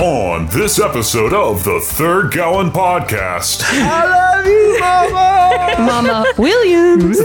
On this episode of the Third Gallon Podcast, I love you, Mama. Mama Williams.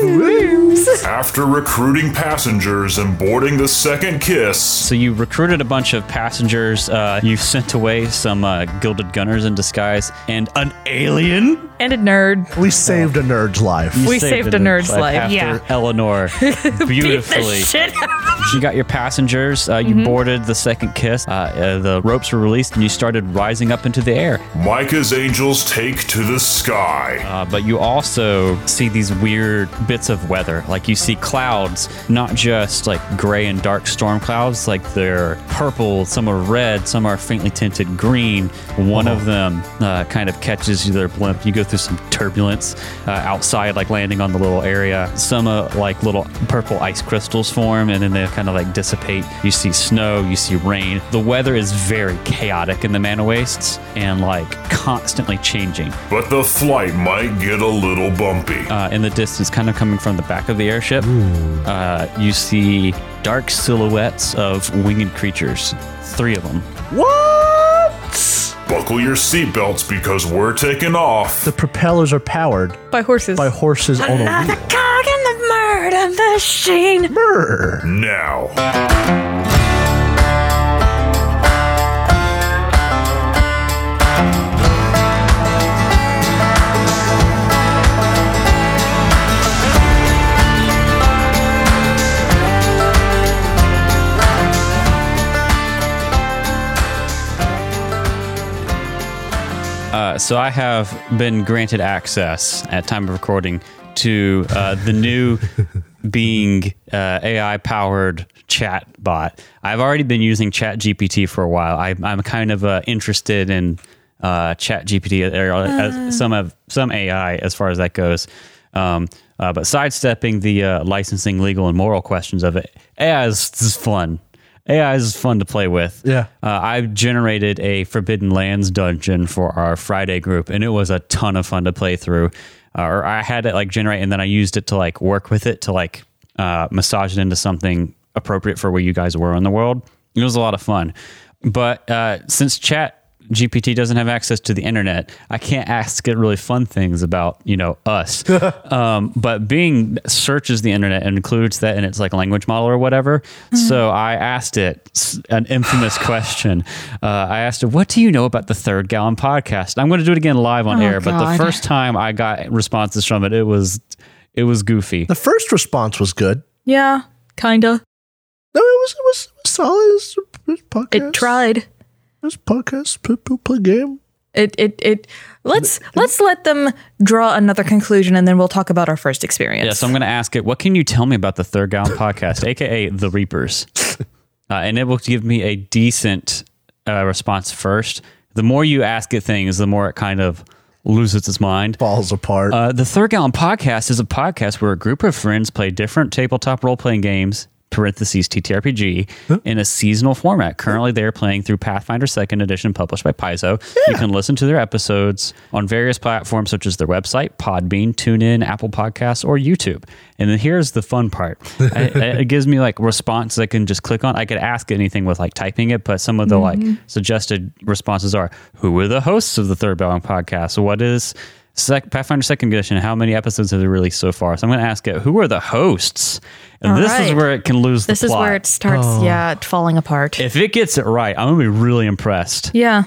after recruiting passengers and boarding the second kiss, So you recruited a bunch of passengers. Uh, you sent away some uh, gilded gunners in disguise and an alien. And a nerd. we saved a nerd's life. You We saved a nerd's life, after yeah. Eleanor, beautifully. Shit. Mm-hmm. You got your passengers. Uh, you boarded the second kiss. Uh, uh, the ropes were released, and you started rising up into the air. Micah's angels take to the sky. Uh, but you also see these weird bits of weather. Like you see clouds, not just like gray and dark storm clouds, like they're purple, some are red, some are faintly tinted green. One of them uh, kind of catches you their blimp. You go through some turbulence uh, outside, like landing on the little area. Some uh, like little purple ice crystals form and then they kind of like dissipate. You see snow, you see rain. The weather is very chaotic in the Mana Wastes and like constantly changing But the flight might get a little bumpy. uh, in the distance, kind of coming from the back of the airship, uh, you see dark silhouettes of winged creatures. Three of them. Uh. What? Buckle your seatbelts because we're taking off. The propellers are powered By horses. by horses on a wheel. cog in the murder machine. Brr. Now, Uh, so I have been granted access at time of recording to uh, the new being uh, AI powered chat bot. I've already been using Chat GPT for a while. I, I'm kind of uh, interested in uh, Chat GPT or uh, as some of some AI as far as that goes. Um, uh, but sidestepping the uh, licensing, legal, and moral questions of it, AI is, is fun. AI is fun to play with. Yeah. Uh, I've generated a Forbidden Lands dungeon for our Friday group, and it was a ton of fun to play through. Uh, or I had it like generate, and then I used it to like work with it to like uh, massage it into something appropriate for where you guys were in the world. It was a lot of fun. But uh, since Chat GPT doesn't have access to the internet, I can't ask it really fun things about you know us. um, but Bing searches the internet and includes that in its like language model or whatever. So I asked it s- an infamous question. Uh, I asked it, "What do you know about the Third Gallon podcast?" I'm going to do it again live on air, but the God. first time I got responses from it, it was it was goofy. The first response was good. Yeah, kinda. No, it was it was, it was solid. It was, it was It podcast. tried. It was podcast. Play, play, play game. It it it. Let's let's let them draw another conclusion, and then we'll talk about our first experience. Yeah, so I'm going to ask it, what can you tell me about the Third Gown podcast, aka the Reapers? Uh, and it will give me a decent uh, response first. The more you ask it things, the more it kind of loses its mind. Falls apart. Uh, the Third Gallon Podcast is a podcast where a group of friends play different tabletop role playing games, parentheses TTRPG, in a seasonal format. Currently, they are playing through Pathfinder Second Edition, published by Paizo. You can listen to their episodes on various platforms such as their website, Podbean, TuneIn, Apple Podcasts, or YouTube. And then here's the fun part: I, I- it gives me like responses I can just click on. I could ask anything with like typing it, but some of the like suggested responses are: Who are the hosts of the Third Gallon Podcast? What is Sec- Pathfinder Second Edition. How many episodes have they released so far? So I'm going to ask it, who are the hosts? And All this is right. where it can lose this the is plot. where it starts. Yeah, falling apart. if it gets it right, I'm going to be really impressed. yeah.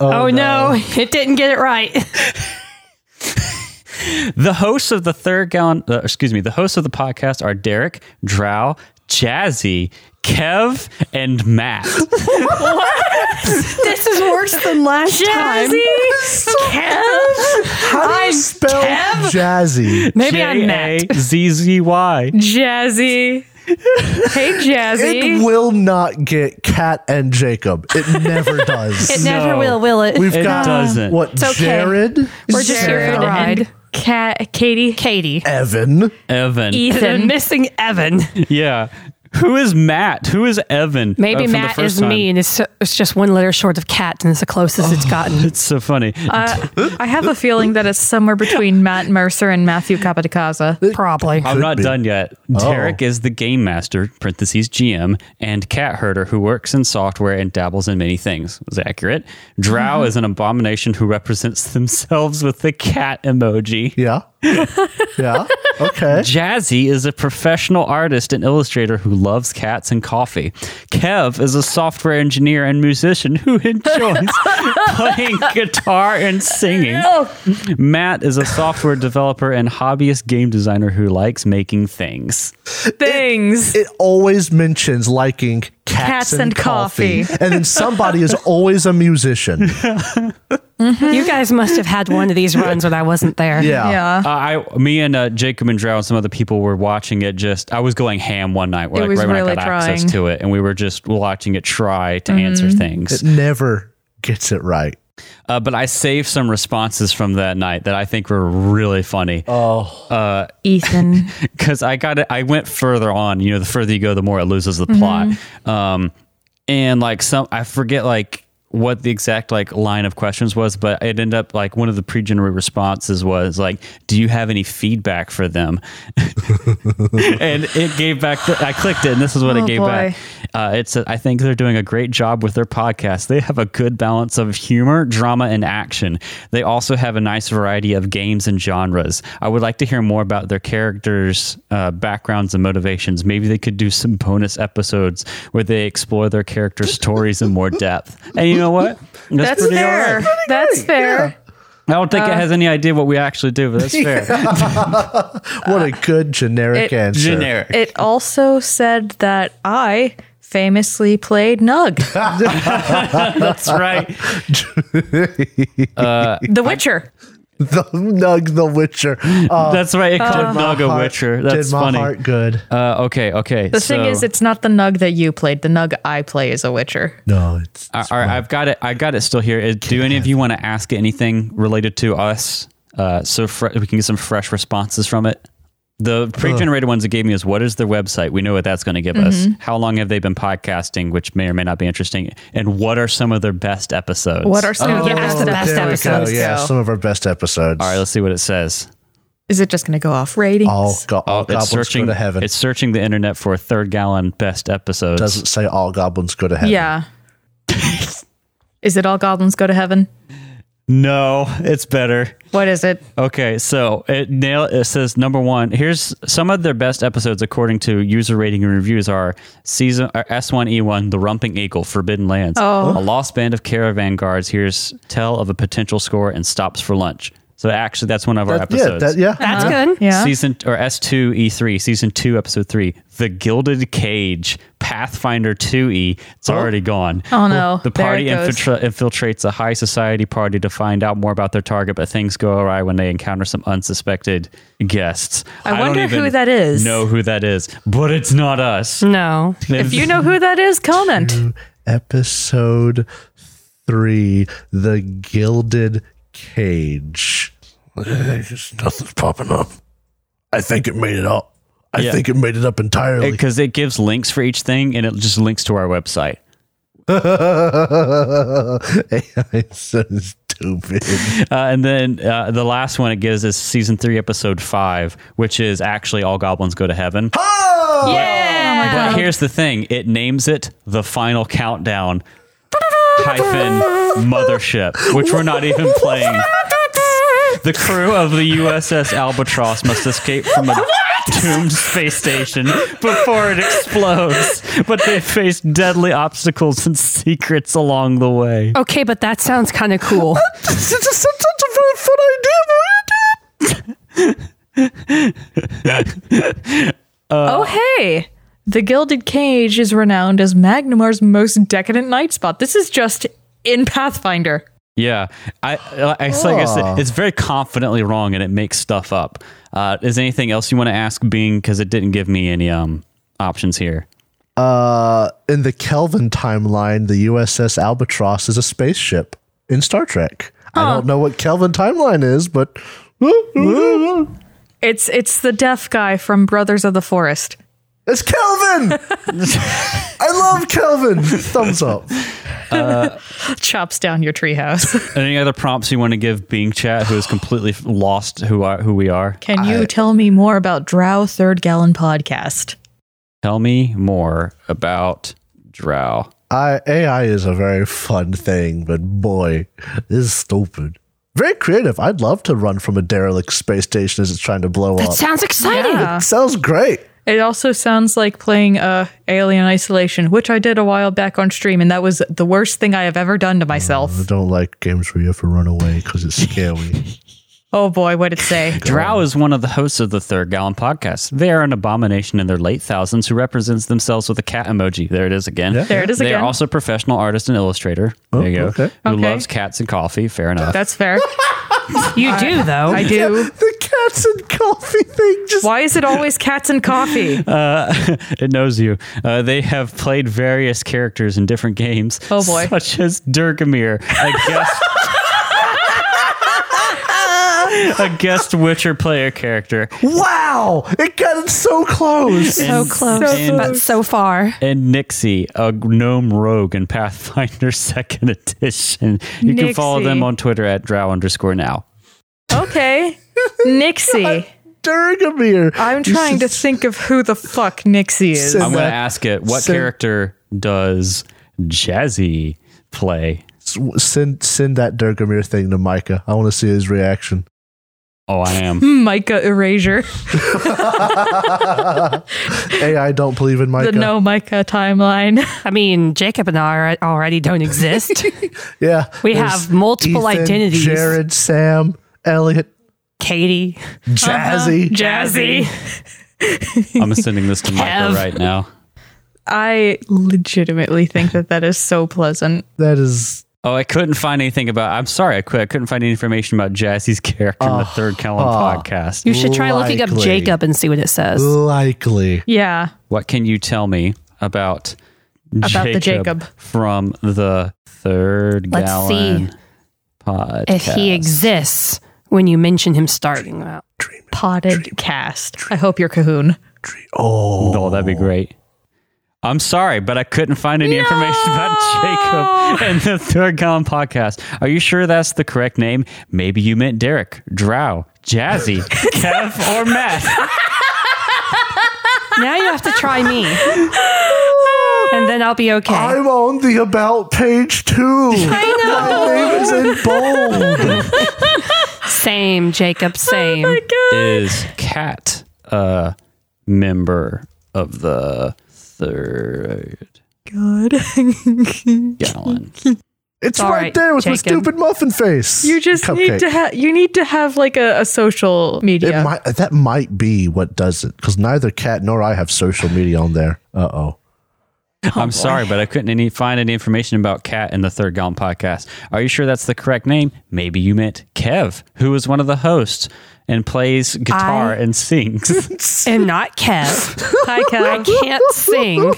Oh, no. it didn't get it right. The hosts of the third gallon, uh, excuse me, the hosts of the podcast are Derek, Drow, Jazzy, Kev, and Matt. this is worse than last time. Kev. How do you spell jazzy? Maybe I'm Matt. J-A-Z-Z-Y. Jazzy. Hey, Jazzy. It will not get Cat and Jacob. It never does. It never No. will, will it? We've It got doesn't. what It's okay. Jared, We're just here Sarah, for the ride. Cat, Katie, Katie, Evan. Evan. Ethan, missing Evan. Yeah. Who is Matt? Who is Evan? uh, Maybe from the Matt first is time? Oh. me, and it's, it's just one letter short of cat, and it's the closest it's gotten. It's so funny. I have a feeling that it's somewhere between Matt Mercer and Matthew Capodicaza. Probably. I'm not be. done yet. Derek is the game master (parentheses GM) and cat herder who works in software and dabbles in many things. Was accurate. Drow is an abomination who represents themselves with the cat emoji. Yeah. Yeah. Okay. Jazzy is a professional artist and illustrator who loves cats and coffee. Kev is a software engineer and musician who enjoys playing guitar and singing. Matt is a software developer and hobbyist game designer who likes making things. Things. It always mentions liking cats, Cats and, and coffee. coffee. and then somebody is always a musician. You guys must have had one of these runs when I wasn't there. Yeah. yeah. Uh, I, me and uh, Jacob and Drow and some other people were watching it. Just I was going ham one night. Where, It like, was right when I really got access trying. Mm-hmm. to it, and we were just watching it try to answer things. It never gets it right. Uh, but I saved some responses from that night that I think were really funny. Ethan. because I got it. I went further on. You know, the further you go, the more it loses the plot. Mm-hmm. Um, and like some, I forget like what the exact like line of questions was, but it ended up like one of the pre-generated responses was like, "Do you have any feedback for them?" and it gave back. The, I clicked it, and this is what it Oh, gave boy. back. Uh, it's. I think they're doing a great job with their podcast. They have a good balance of humor, drama, and action. They also have a nice variety of games and genres. I would like to hear more about their characters' uh, backgrounds and motivations. Maybe they could do some bonus episodes where they explore their characters' stories in more depth. And you know what? That's pretty all right. fair. Uh, That's fair. I don't think it has any idea what we actually do, but that's fair. What a good generic it- answer. Generic. It also said that I famously played Nug, That's right. The Witcher. The Nug the Witcher. Uh, That's right. It called my Nug a heart- Witcher. That's did my funny. heart good. Uh, okay, okay. The thing is, it's not the Nug that you played. The Nug I play is a Witcher. No, it's all right. I've got it. I got it still here. Is- Do any of you want to ask anything related to us? Uh, so fre- we can get some fresh responses from it. The pre-generated ones it gave me is what is their website? We know what that's going to give us. Mm-hmm. How long have they been podcasting, which may or may not be interesting, and what are some of their best episodes? What are some of the yeah, that's best, the best Oh, there episodes? we go. episodes. Yeah, Go. some of our best episodes. All right, let's see what it says. Is it just going to go off ratings? all go- all it's goblins searching go to heaven. It's searching the internet for third gallon best episodes. doesn't say all goblins go to heaven. yeah. is it all goblins go to heaven? no, it's better. What is it? Uh, Okay, so it nail it says number one. Here's some of their best episodes according to user rating and reviews are season S one E one, The Rumping Eagle, Forbidden Lands, A Lost Band of Caravan Guards. Here's Tell of a Potential Score and Stops for Lunch. So actually, that's one of our That- yeah, episodes. that, yeah. That's good. Yeah. Season or S two E three, season two, episode three, The Gilded Cage, Pathfinder two E. It's already gone. Oh, no. The There party it goes. infiltra- infiltrates a high society party to find out more about their target, but things go awry when they encounter some unsuspected guests. I don't wonder who even that is. Hmm. Know who that is? But it's not us. No. If you know who that is, comment. Mm. Episode three, the gilded cage. Nothing's popping up. I think it made it up. I Yeah. think it made it up entirely. because it gives links for each thing, and it just links to our website. AI is so stupid. Uh, and then uh, the last one it gives is season three, episode five, which is actually all goblins go to heaven. Oh! Yeah. But here's the thing: it names it the final countdown hyphen mothership, which we're not even playing. The crew of the USS Albatross must escape from a doomed space station before it explodes, but they face deadly obstacles and secrets along the way. Okay, but that sounds kind of cool. It's just such a very fun idea, oh, hey. The Gilded Cage is renowned as Magnemar's most decadent night spot. This is just in Pathfinder. Yeah, I, I, I it's like I said, it's very confidently wrong, and it makes stuff up. Uh, is there anything else you want to ask Bing? Because it didn't give me any um, options here. Uh, in the Kelvin timeline, the USS Albatross is a spaceship in Star Trek. I don't know what Kelvin timeline is, but It's it's the deaf guy from Brothers of the Forest. It's Kelvin. I love Kelvin. Thumbs up. Chops down your treehouse. Any other prompts you want to give Being Chat, who is completely f- lost who are, who we are? Can you tell me more about Drow Third Gallon Podcast? Tell me more about Drow. I, AI is a very fun thing, but boy, this is stupid. Very creative. I'd love to run from a derelict space station as it's trying to blow That up. sounds exciting. Yeah. Sounds great. It also sounds like playing uh, Alien Isolation, which I did a while back on stream, and that was the worst thing I have ever done to I myself. don't like games where you have to run away because it's scary. Oh boy, what'd it say? Drow is one of the hosts of the Third Gallon podcast. They are an abomination in their late thousands who represents themselves with a cat emoji. There it is again. There it is They again. are also a professional artist and illustrator. there you go. okay. Who Okay. loves cats and coffee. Fair enough. That's fair. You do though. I do. the cats and coffee thing just. Why is it always cats and coffee? it knows you. Uh, they have played various characters in different games. Oh, boy. Such as Durgamir, a guest. a guest Witcher player character Wow! It got it so close. so close, and- but so far. and Nixie, a gnome rogue in Pathfinder Second Edition. You can follow Nixie. them on Twitter at drow underscore now. Okay. Nixie. Durgamir. I'm trying to think of who the fuck Nixie is. So- I'm going to that- ask it what so- character does Jazzy play? S- send send that Durgamir thing to Micah. I want to see his reaction. Oh, I am. Micah Erasure. AI don't believe in Micah. The no Micah timeline. I mean, Jacob and I are- already don't exist. Yeah. We there's have multiple Ethan, identities. Jared, Sam, Elliot, Katie, Jazzy. Jazzy. I'm sending this to Michael Kev. right now. I legitimately think that that is so pleasant. That is Oh, I couldn't find anything about. I'm sorry, I quit. I couldn't find any information about Jazzy's character in the Oh. third Kellen podcast. you should try looking up Likely. Jacob and see what it says. likely. Yeah. What can you tell me about About the Jacob. from the third Let's gallon see. podcast? If he exists when you mention him starting out. Potted cast. I hope you're Cahoon. Oh, oh, that'd be great. I'm sorry, but I couldn't find any information about Jacob and the third gallon podcast. Are you sure that's the correct name? Maybe you meant Derek, Drow, Jazzy, Kev, or Matt. Now you have to try me. and then I'll be okay. I'm on the about page too. I know. My name is in bold. same, Jacob, same. Oh Is Cat a member of the third Good. gallon? It's all right, right, there with my Jacob. stupid muffin face. You just need Cupcake. to have you need to have like a, a social It media. might that might be what does it because neither Kat nor I have social media on there. Uh oh. I'm sorry, but I couldn't any, find any information about Cat and the Third Gallon podcast. Are you sure that's the correct name? Maybe you meant Kev, who is one of the hosts and plays guitar I- and sings. And not Kev. Hi I Kev. can't sing.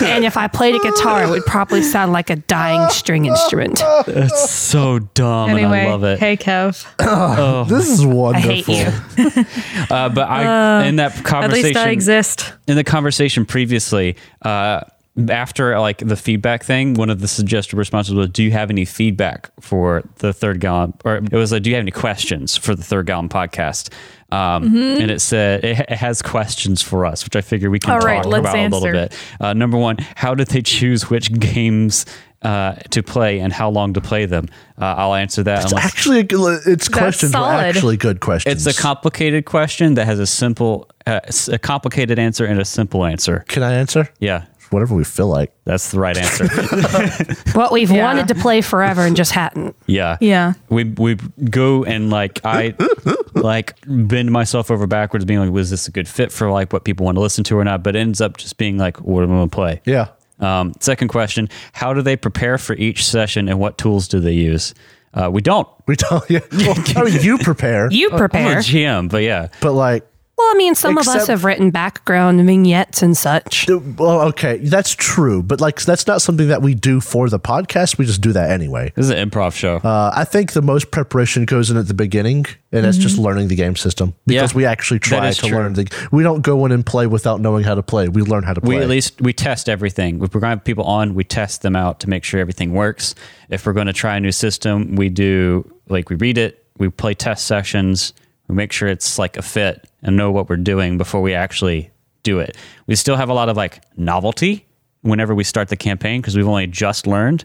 And if I played a guitar, it would probably sound like a dying string instrument. That's so dumb, Anyway, and I love it. hey Kev. This is wonderful. hate you. Uh, but I, in that At conversation, least I exist. in the conversation previously, uh, after like the feedback thing, one of the suggested responses was, "Do you have any feedback for the third gallon?" Or it was like, "Do you have any questions for the third gallon podcast?" Um, And it said it, it has questions for us, which I figure we can Mm-hmm. All talk right, let's about a answer. little bit. Uh, number one, how did they choose which games? Uh, to play and how long to play them. Uh, I'll answer that. It's unless- actually a good- its questions were solid. actually good questions. it's a complicated question that has a simple, uh, s- a complicated answer and a simple answer. Can I answer? Yeah, Whatever we feel like. that's the right answer. What we've Yeah. wanted to play forever and just hadn't. Yeah. Yeah. We we go and like I like bend myself over backwards being like, was this a good fit for like what people want to listen to or not? But it ends up just being like, what am I gonna play? Yeah. Um, second question, how do they prepare for each session and what tools do they use? Uh, we don't. We don't. Yeah. Well, I mean, you prepare, You I'm a prepare. GM, but yeah. but like Oh, Well, I mean, some of us Except- have written background vignettes and such. Well, okay, that's true, but like that's not something that we do for the podcast. We just do that anyway. This is an improv show. Uh, I think the most preparation goes in at the beginning, and that's just learning the game system because Yeah. we actually try is to true. learn the. We don't go in and play without knowing how to play. We learn how to we play. at least we test everything. If we're going to have people on, we test them out to make sure everything works. If we're going to try a new system, we do like we read it, we play test sessions, we make sure it's like a fit and know what we're doing before we actually do it. We still have a lot of like novelty whenever we start the campaign because we've only just learned,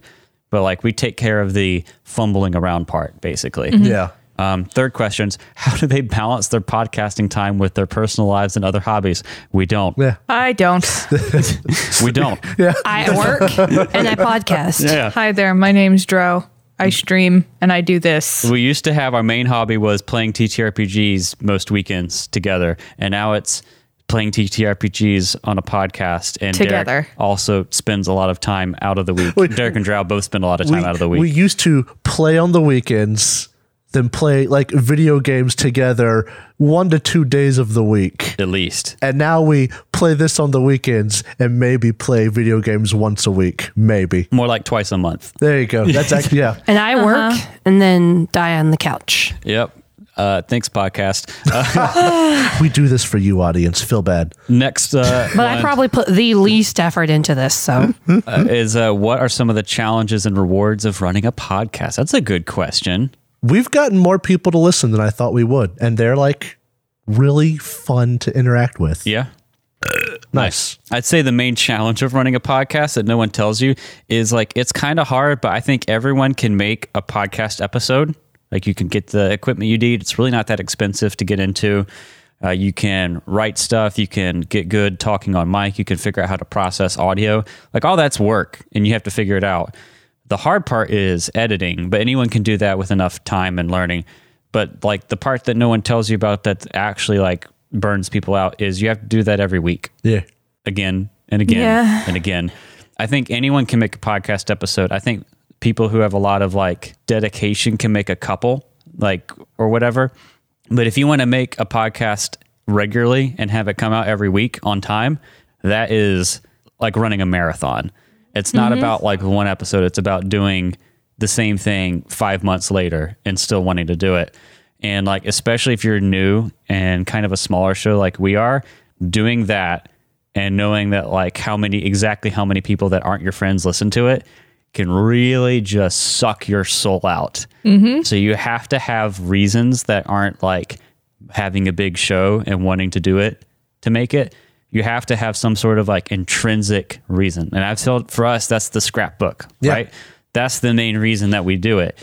but like we take care of the fumbling around part basically. yeah. Um, third questions: How do they balance their podcasting time with their personal lives and other hobbies? We don't. Yeah. I don't. We don't. I work and I podcast. yeah. Hi there, my name's Dro. Mm. I stream and I do this. We used to have our main hobby was playing TTRPGs most weekends together, and now it's playing TTRPGs on a podcast. And Derek Together. also spends a lot of time out of the week. Derek and Drow both spend a lot of time we, out of the week. we used to play on the weekends, then play like video games together one to two days of the week. at least And now we play this on the weekends and maybe play video games once a week. Maybe. more like twice a month. There you go. That's actually, yeah. And I work and then die on the couch. Yep. Uh, thanks, podcast. Uh, We do this for you, audience. Feel bad. next uh, But I one, probably put the least effort into this. So uh, is uh, what are some of the challenges and rewards of running a podcast? That's a good question. We've gotten more people to listen than I thought we would. And they're like really fun to interact with. Yeah. Nice. I'd say the main challenge of running a podcast that no one tells you is like it's kind of hard, but I think everyone can make a podcast episode. Like you can get the equipment you need. It's really not that expensive to get into. Uh, you can write stuff. You can get good talking on mic. You can figure out how to process audio. Like all that's work, and you have to figure it out. The hard part is editing, but anyone can do that with enough time and learning. But like the part that no one tells you about that actually like burns people out is you have to do that every week Yeah. again and again Yeah. and again. I think anyone can make a podcast episode. I think people who have a lot of like dedication can make a couple, like or whatever. But if you want to make a podcast regularly and have it come out every week on time, that is like running a marathon. It's not about like one episode, it's about doing the same thing 5 months later and still wanting to do it. And like especially if you're new and kind of a smaller show like we are, doing that and knowing that like how many exactly how many people that aren't your friends listen to it can really just suck your soul out. Mm-hmm. So you have to have reasons that aren't like having a big show and wanting to do it to make it. You have to have some sort of like intrinsic reason. And I've told for us that's the scrapbook, right? That's the main reason that we do it.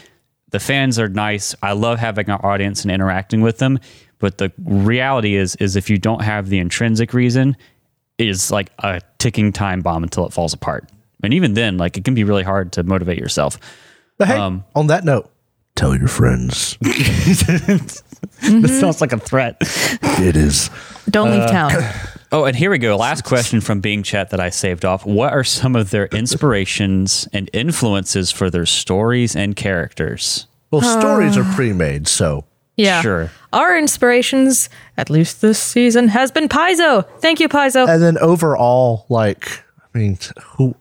The fans are nice. I love having our audience and interacting with them. But the reality is is if you don't have the intrinsic reason, it is like a ticking time bomb until it falls apart. And even then, like it can be really hard to motivate yourself. But hey, Um, on that note, tell your friends. This sounds like a threat. it is. Don't Uh, leave town. Oh, and here we go. Last question from Bing Chat that I saved off. What are some of their inspirations and influences for their stories and characters? Well, stories are pre made, so. Yeah. Sure. Our inspirations, at least this season, has been Paizo. Thank you, Paizo. and then overall, like I mean, who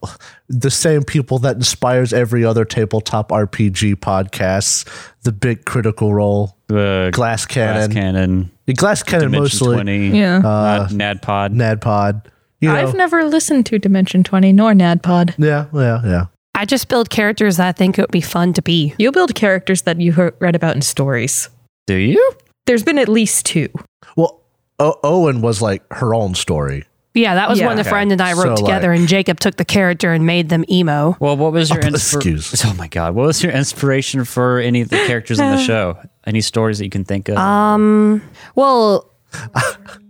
the same people that inspires every other tabletop RPG podcast, the Big Critical Role, The Glass Glass Cannon, Glass, Cannon, Cannon Dimension mostly, Twenty, Yeah. uh, Nadpod. Nadpod. You know, I've never listened to Dimension 20 nor NADPOD. yeah, yeah, yeah. I just build characters that I think it would be fun to be. You build characters that you heard, read about in stories. Do you? There's been at least two. Well, o- Owen was like her own story. Yeah, that was Yeah. one a Okay. friend and I wrote So, together, like- and Jacob took the character and made them emo. Well, what was your inspiration? excuse. Oh my god, what was your inspiration for any of the characters on the show? Any stories that you can think of? Uh, Well,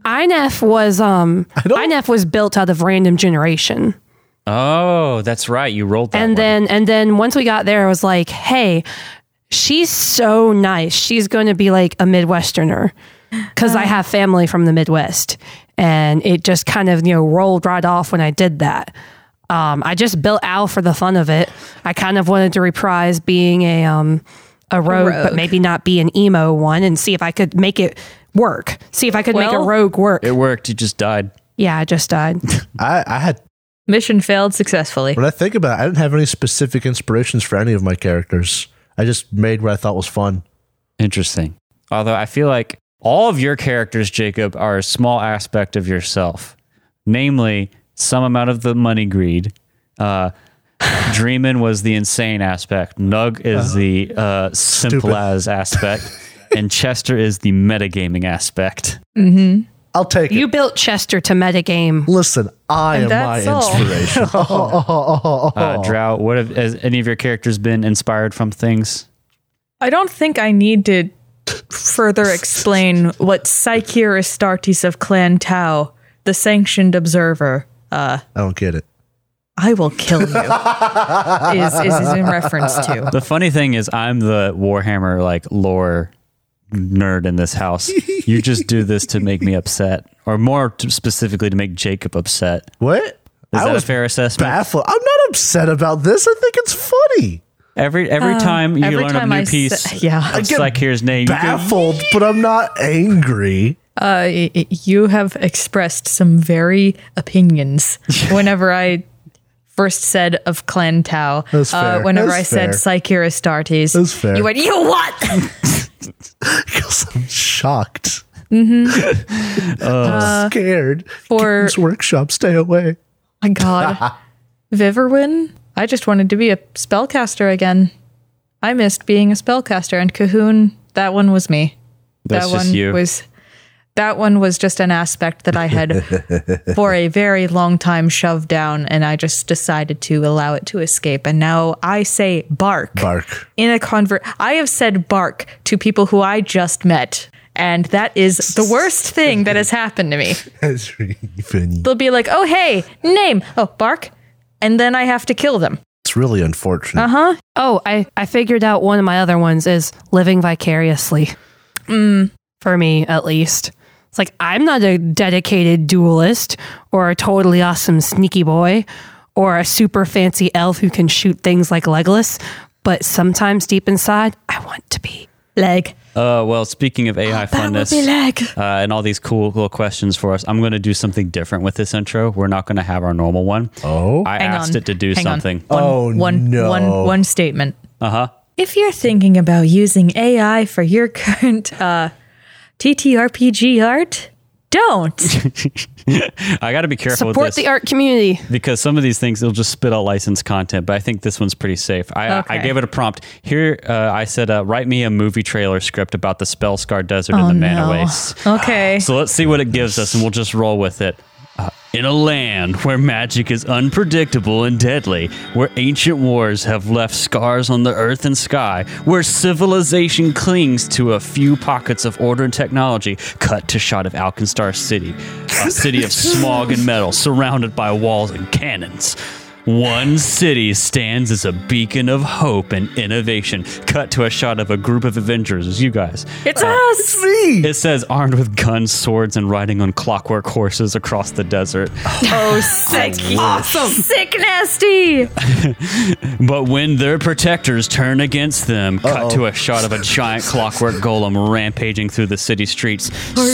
Inef was um Inef was built out of random generation. oh, that's right. You rolled that. and one. then and then once we got there, I was like, hey, she's so nice. She's going to be like a Midwesterner because I have family from the Midwest, and it just kind of you know rolled right off when I did that. Um, I just built Al for the fun of it. I kind of wanted to reprise being a um a rogue, rogue. but maybe not be an emo one, and see if I could make it work. See if I could make a Well- rogue work. It worked. You just died. yeah, I just died. I, I had Mission failed successfully. when I think about it, I didn't have any specific inspirations for any of my characters. I just made what I thought was fun. Interesting. Although I feel like all of your characters, Jacob, are a small aspect of yourself, namely some amount of the money greed. Uh, Dreamin was the insane aspect. Nug is the uh, simple Stupid. as aspect, and Chester is the metagaming aspect. I'll take it. you built Chester to metagame. Listen, I And am my that's all. inspiration. Uh, Drow, what have has any of your characters been inspired from things? I don't think I need to further explain what Psyche Astartes of Clan Tau, the sanctioned observer, I don't get it. I will kill you, is, is, is in reference to. Uh, The funny thing is, I'm the Warhammer like lore nerd in this house. You just do this to make me upset, or more t- specifically, to make Jacob upset. What? Is I that a was fair assessment? baffled. I'm not upset about this. I think it's funny. Every every time you Um, every learn a time new I piece, sa- yeah. I of get Slackier's name, you go, Baffled, but I'm not angry. Uh, y- y- you have expressed some very opinions whenever I first said of Clan Tao. That's fair. Uh, whenever That's I fair. said Psyche Astartes, That's fair. you went, you what? Because I'm shocked. I'm scared. for- Kittens workshop, stay away. My God. Viverwin? I just wanted to be a spellcaster again. I missed being a spellcaster, and Cahoon, that one was me. That's that just one you. was that one was just an aspect that I had for a very long time shoved down and I just decided to allow it to escape and now I say bark. Bark. In a convert I have said bark to people who I just met and that is the worst thing that has happened to me. That's really funny. They'll be like, "Oh hey, name. Oh, bark." And then I have to kill them. It's really unfortunate. Oh, I, I figured out one of my other ones is living vicariously. For me, at least. It's like I'm not a dedicated duelist or a totally awesome sneaky boy or a super fancy elf who can shoot things like Legolas, but sometimes deep inside, I want to be. Leg. Uh, well, speaking of Oh, AI funness leg. uh, and all these cool little questions for us, I'm going to do something different with this intro. We're not going to have our normal one. Oh, I Hang asked on. it to do Hang on. something. Oh, One one no. one- one statement. Uh huh. If you're thinking about using AI for your current uh, TTRPG art, don't. I got to be careful with Support this. the art community. because some of these things it'll just spit out licensed content but i think this one's pretty safe i, I Okay. gave it a prompt here uh, i said uh, write me a movie trailer script about the spell scar desert and the mana Oh, no. wastes Okay. Ah, so let's see what it gives us and we'll just roll with it Uh, in a land where magic is unpredictable and deadly, where ancient wars have left scars on the earth and sky, where civilization clings to a few pockets of order and technology, cut to shot of Alkenstar City, a city of smog and metal surrounded by walls and cannons. One city stands as a beacon of hope and innovation. Cut to a shot of a group of Avengers, you guys, It's us. it says armed with guns, swords, and riding on clockwork horses across the desert. Oh, sick. Awesome. Sick nasty. But when their protectors turn against them, cut to a shot of a giant clockwork golem rampaging through the city streets,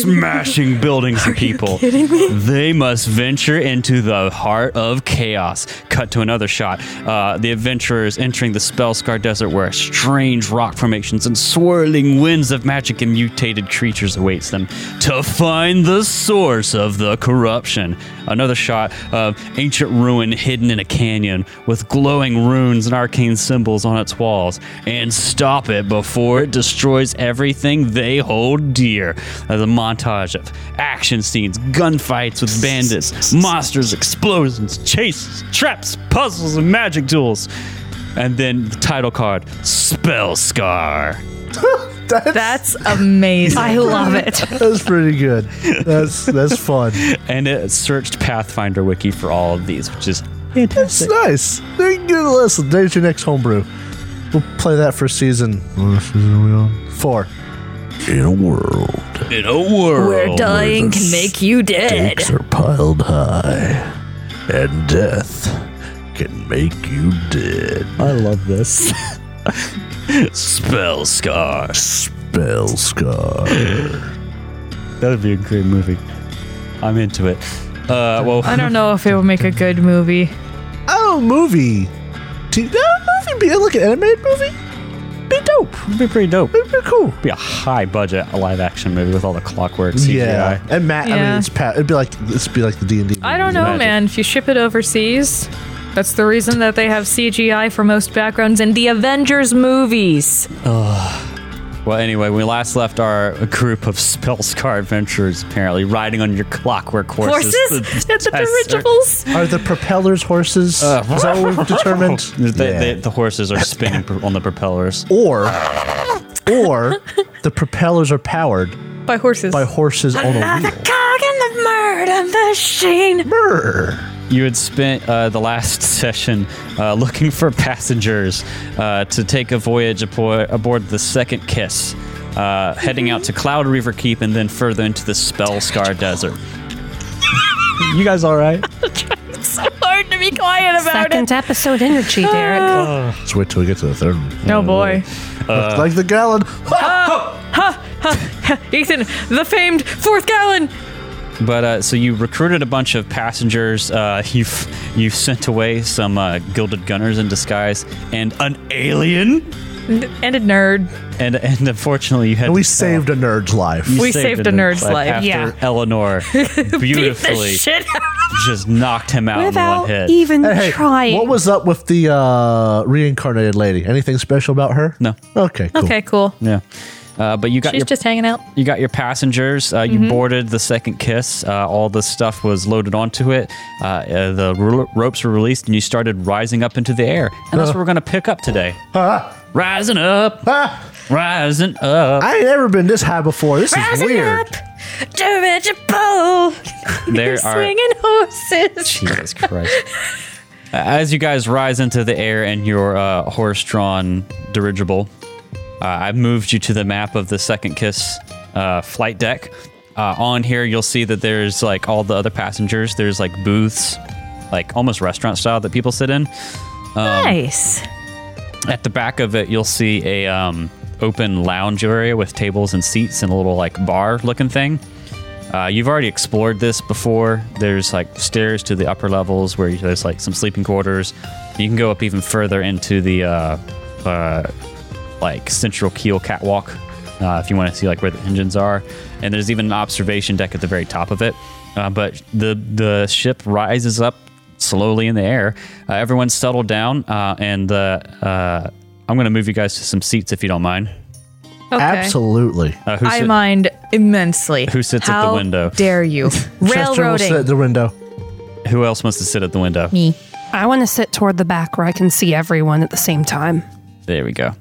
smashing buildings and people. They must venture into the heart of chaos. Cut to another shot. Uh, the adventurers entering the Spellscar Desert, where strange rock formations and swirling winds of magic and mutated creatures awaits them. To find the source of the corruption. Another shot of ancient ruin hidden in a canyon with glowing runes and arcane symbols on its walls. And stop it before it destroys everything they hold dear. As a montage of action scenes, gunfights with bandits, monsters, explosions, chases, traps, puzzles, and magic tools. And then the title card, Spell Scar. That's amazing. I love it. that's pretty good. That's that's fun. And it searched Pathfinder Wiki for all of these, which is It's nice. There you go. Listen, there's your next homebrew. We'll play that for season uh, four. In a world, in a world. dying can make you dead. are piled high, and death can make you dead. I love this. Spell Scar. Spell scar. That would be a great movie. I'm into it. Uh, well, I don't know if it would make a good movie. Oh, movie. T- that movie be like an animated movie. Be dope. it'd be pretty dope. It'd be cool. be a high budget live action movie with all the clockwork CGI. Yeah, and Matt. I mean, Yeah. it's pa- it'd be like this. Be like the D and D. I don't know, Imagine. man. If you ship it overseas, that's the reason that they have CGI for most backgrounds in the Avengers movies. Well, anyway, we last left our group of spell scar adventurers apparently riding on your clockwork horses. Horses at the Yes, sir. dirigibles. Are the propellers horses? Is that what we've determined? The, the- Yeah. the horses are spinning pro- on the propellers. or, or the propellers are powered By horses. by horses on a wheel. Cog in the murder machine. You had spent uh, the last session uh, looking for passengers uh, to take a voyage abo- aboard the Second Kiss, uh, heading out to Cloud River Keep and then further into the Spell Scar Desert. You guys all right? So hard to be quiet about Second it. episode energy, Derek. Let's wait till we get to the third one. No Oh, boy. like the gallon. Ethan, the famed fourth gallon. But uh, so you recruited a bunch of passengers. Uh, you've you've sent away some uh, gilded gunners in disguise and an alien. And a nerd. And and unfortunately, you had And we to tell- saved a nerd's life. you We saved a nerd's life, After yeah. Eleanor beautifully shit just knocked him out in one Without hit. even And hey, trying. what was up with the uh, reincarnated lady? Anything special about her? No. Okay. Cool. Okay, cool. yeah. Uh, but you got She's your just Mm-hmm. hanging out. you got your passengers. Uh, you boarded the second kiss. Uh, all the stuff was loaded onto it. Uh, uh, the ro- ropes were released, and you started rising up into the air. And that's what we're gonna pick up today. Rising up, Ah, rising up. I ain't ever been this high before. This is weird. dirigible. There are Swinging horses. Jesus Christ. As you guys rise into the air in your uh, horse drawn dirigible, uh, I've moved you to the map of the Second Kiss uh, flight deck. Uh, on here, you'll see that there's like all the other passengers. There's like booths, like almost restaurant style that people sit in. Um, Nice. At the back of it, you'll see a um, open lounge area with tables and seats and a little like bar looking thing. Uh, you've already explored this before. There's like stairs to the upper levels where there's like some sleeping quarters. You can go up even further into the uh, uh, like central keel catwalk uh, if you want to see like where the engines are. And there's even an observation deck at the very top of it. Uh, but the the ship rises up slowly in the air. Uh, everyone's settled down, uh, and uh, uh, I'm going to move you guys to some seats if you don't mind. Okay. Absolutely. Uh, who's I sit- mind immensely. Who sits at the How window? Dare you? Chester will sit at Railroading. the window. who else wants to sit at the window? Me. I want to sit toward the back where I can see everyone at the same time. There we go.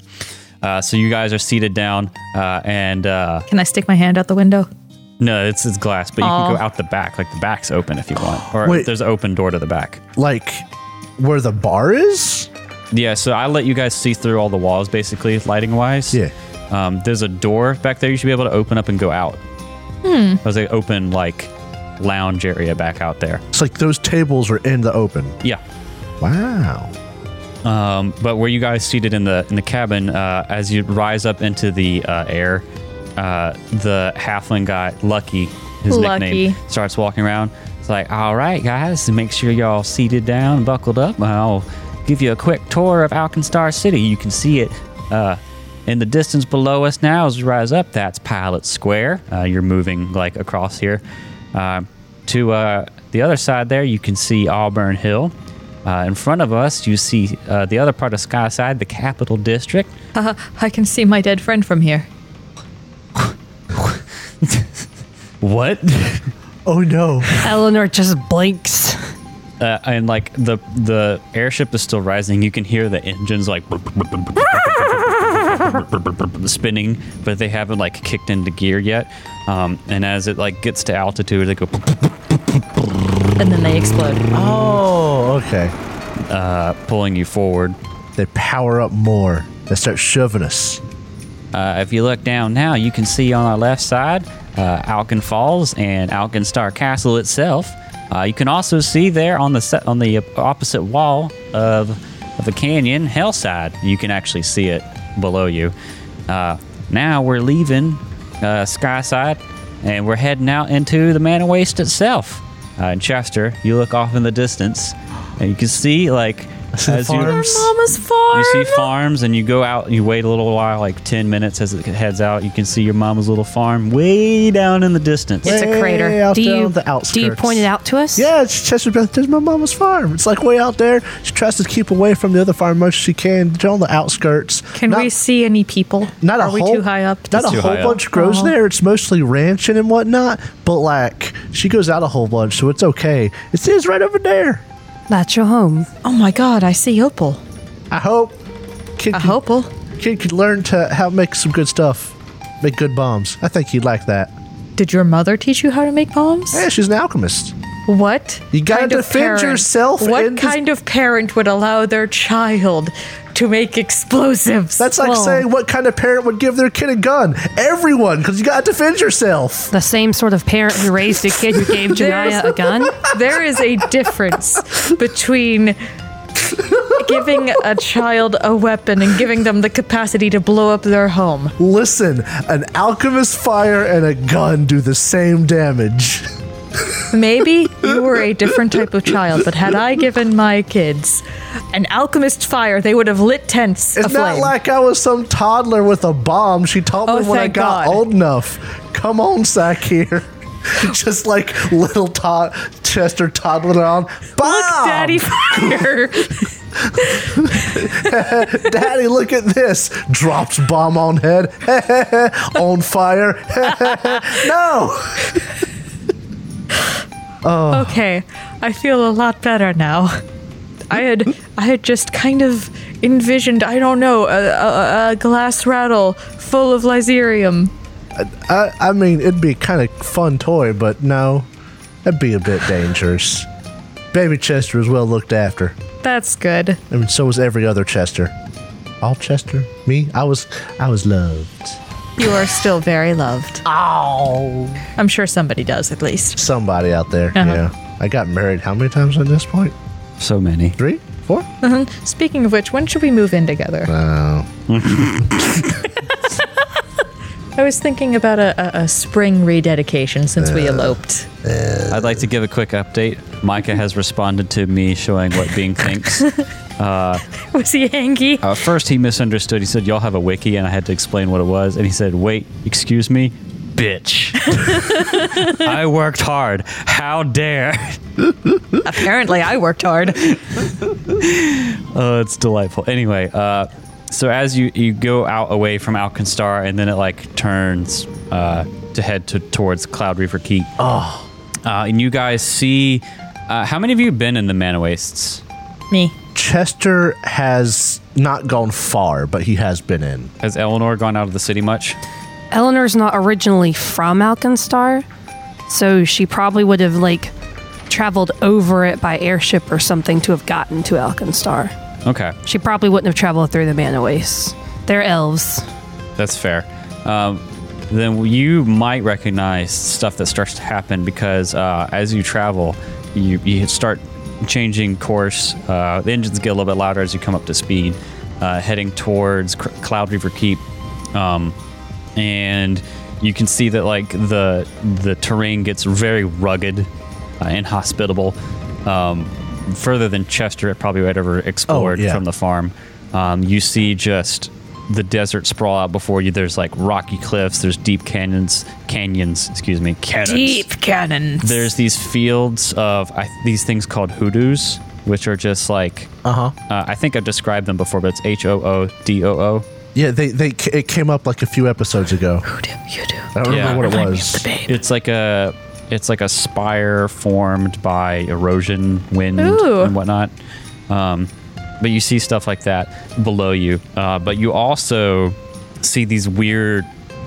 Uh, so you guys are seated down, uh, and uh, Can I stick my hand out the window? no, it's it's glass, but you Aw. can go out the back. Like the back's open if you want, or Wait. there's an open door to the back. Like where the bar is? Yeah, so I let you guys see through all the walls, basically, lighting wise. Yeah. Um, there's a door back there. You should be able to open up and go out. Hmm. There's an open like lounge area back out there. It's like those tables are in the open. Yeah. Wow. Um, but where you guys seated in the in the cabin, uh, as you rise up into the uh, air, uh, the halfling guy Lucky, his Lucky. nickname, starts walking around. It's like, all right, guys, make sure y'all seated down, buckled up. I'll give you a quick tour of Alkenstar City. You can see it uh, in the distance below us now. As we rise up, that's Pilot Square. Uh, you're moving like across here. Uh, to uh, the other side there, you can see Auburn Hill. Uh, in front of us, you see uh, the other part of Skyside, the capital district. I can see my dead friend from here. What? Oh no. Eleanor just blinks. uh, and like the the airship is still rising. You can hear the engines like spinning, but they haven't like kicked into gear yet. Um, and as it like gets to altitude, they go. And then they explode. Oh, okay. pulling you forward. They power up more. They start shoving us. Uh, if you look down now, you can see on our left side uh, Alkin Falls and Alkin Star Castle itself. Uh, you can also see there on the se- on the opposite wall of of the canyon, Hellside. You can actually see it below you. Uh, now we're leaving uh, Skyside and we're heading out into the Manor Waste itself. Uh, and Chester, you look off in the distance, and you can see like as you farms. Mama's farm. you see farms, and you go out. You wait a little while, like ten minutes, as it heads out. You can see your mama's little farm way down in the distance. It's a crater. Way out Do down you the outskirts. do you point it out to us? Yeah, it's Chester Beth. There's my mama's farm. It's like way out there. She tries to keep away from the other farm most she can. They're on the outskirts. Can Not- we see any people? Not a Are we whole- too high up? Not too a whole high up. bunch grows Oh. there. It's mostly ranching and whatnot. But like, she goes out a whole bunch, so it's okay. It is right over there. That's your home. oh my god, I see opal. I hope kid A could- opal. kid could learn to how make some good stuff, make good bombs. I think he'd like that. Did your mother teach you how to make bombs? Yeah, she's an alchemist. What? You gotta kind of defend parent- yourself in What this- kind of parent would allow their child to make explosives? That's like Whoa. saying what kind of parent would give their kid a gun? Everyone, because you gotta defend yourself. The same sort of parent who raised a kid who gave Janaya a gun. there is a difference between giving a child a weapon and giving them the capacity to blow up their home. Listen, an alchemist fire and a gun do the same damage. Maybe you were a different type of child, but had I given my kids an alchemist fire, they would have lit tents It's aflame. not like I was some toddler with a bomb. She taught me Oh, when I thank got God. old enough. Come on, sack here. Just like little Todd Chester toddling on. Bomb! Daddy fire. Daddy, look at this. Drops bomb on head. on fire. no. Okay, I feel a lot better now. I had I had just kind of envisioned I don't know a, a, a glass rattle full of lyserium. I, I mean, it'd be kind of fun toy, but no, that'd be a bit dangerous. Baby Chester is well looked after. That's good. I mean, so was every other Chester. All Chester, me, I was, I was loved. You are still very loved. Oh, I'm sure somebody does at least. somebody out there. Uh-huh. Yeah, I got married. How many times at this point? so many. Three, four. Uh-huh. Speaking of which, when should we move in together? Uh, I was thinking about a, a, a spring rededication since we eloped. I'd like to give a quick update. Micah has responded to me showing what Bing thinks. Was he hangy? Uh, first, he misunderstood. He said, Y'all have a wiki, and I had to explain what it was. And he said, Wait, excuse me? Bitch. I worked hard. How dare? Apparently, I worked hard. Oh, it's delightful. Anyway, uh, so as you, you go out away from Alkenstar, and then it like turns uh, to head to, towards Cloud Reaver Keep. Oh. Uh, and you guys see. Uh, how many of you have been in the Mana Wastes? Me. Chester has not gone far, but he has been in. Has Eleanor gone out of the city much? Eleanor's not originally from Alkenstar, so she probably would have like traveled over it by airship or something to have gotten to Alkenstar. Okay. She probably wouldn't have traveled through the Mana Wastes. They're elves. That's fair. Um, then you might recognize stuff that starts to happen because uh, as you travel, you, you start changing course. Uh, the engines get a little bit louder as you come up to speed, uh, heading towards C- Cloud Reaver Keep. Um, and you can see that like the the terrain gets very rugged, uh, inhospitable. Um, further than Chester, it probably would ever explored yeah. from the farm. Um, you see just the desert sprawl out before you. There's like rocky cliffs. There's deep canyons. Canyons, excuse me. Canyons. cannons. There's these fields of I, these things called hoodoos, which are just like Uh-huh. uh, I think I've described them before, but it's H O O D O O. Yeah, they they it came up like a few episodes ago. You do. You do. I don't Yeah. remember what it Remind was. It's like a it's like a spire formed by erosion, wind, Ooh. and whatnot. Um, but you see stuff like that below you. Uh, but you also see these weird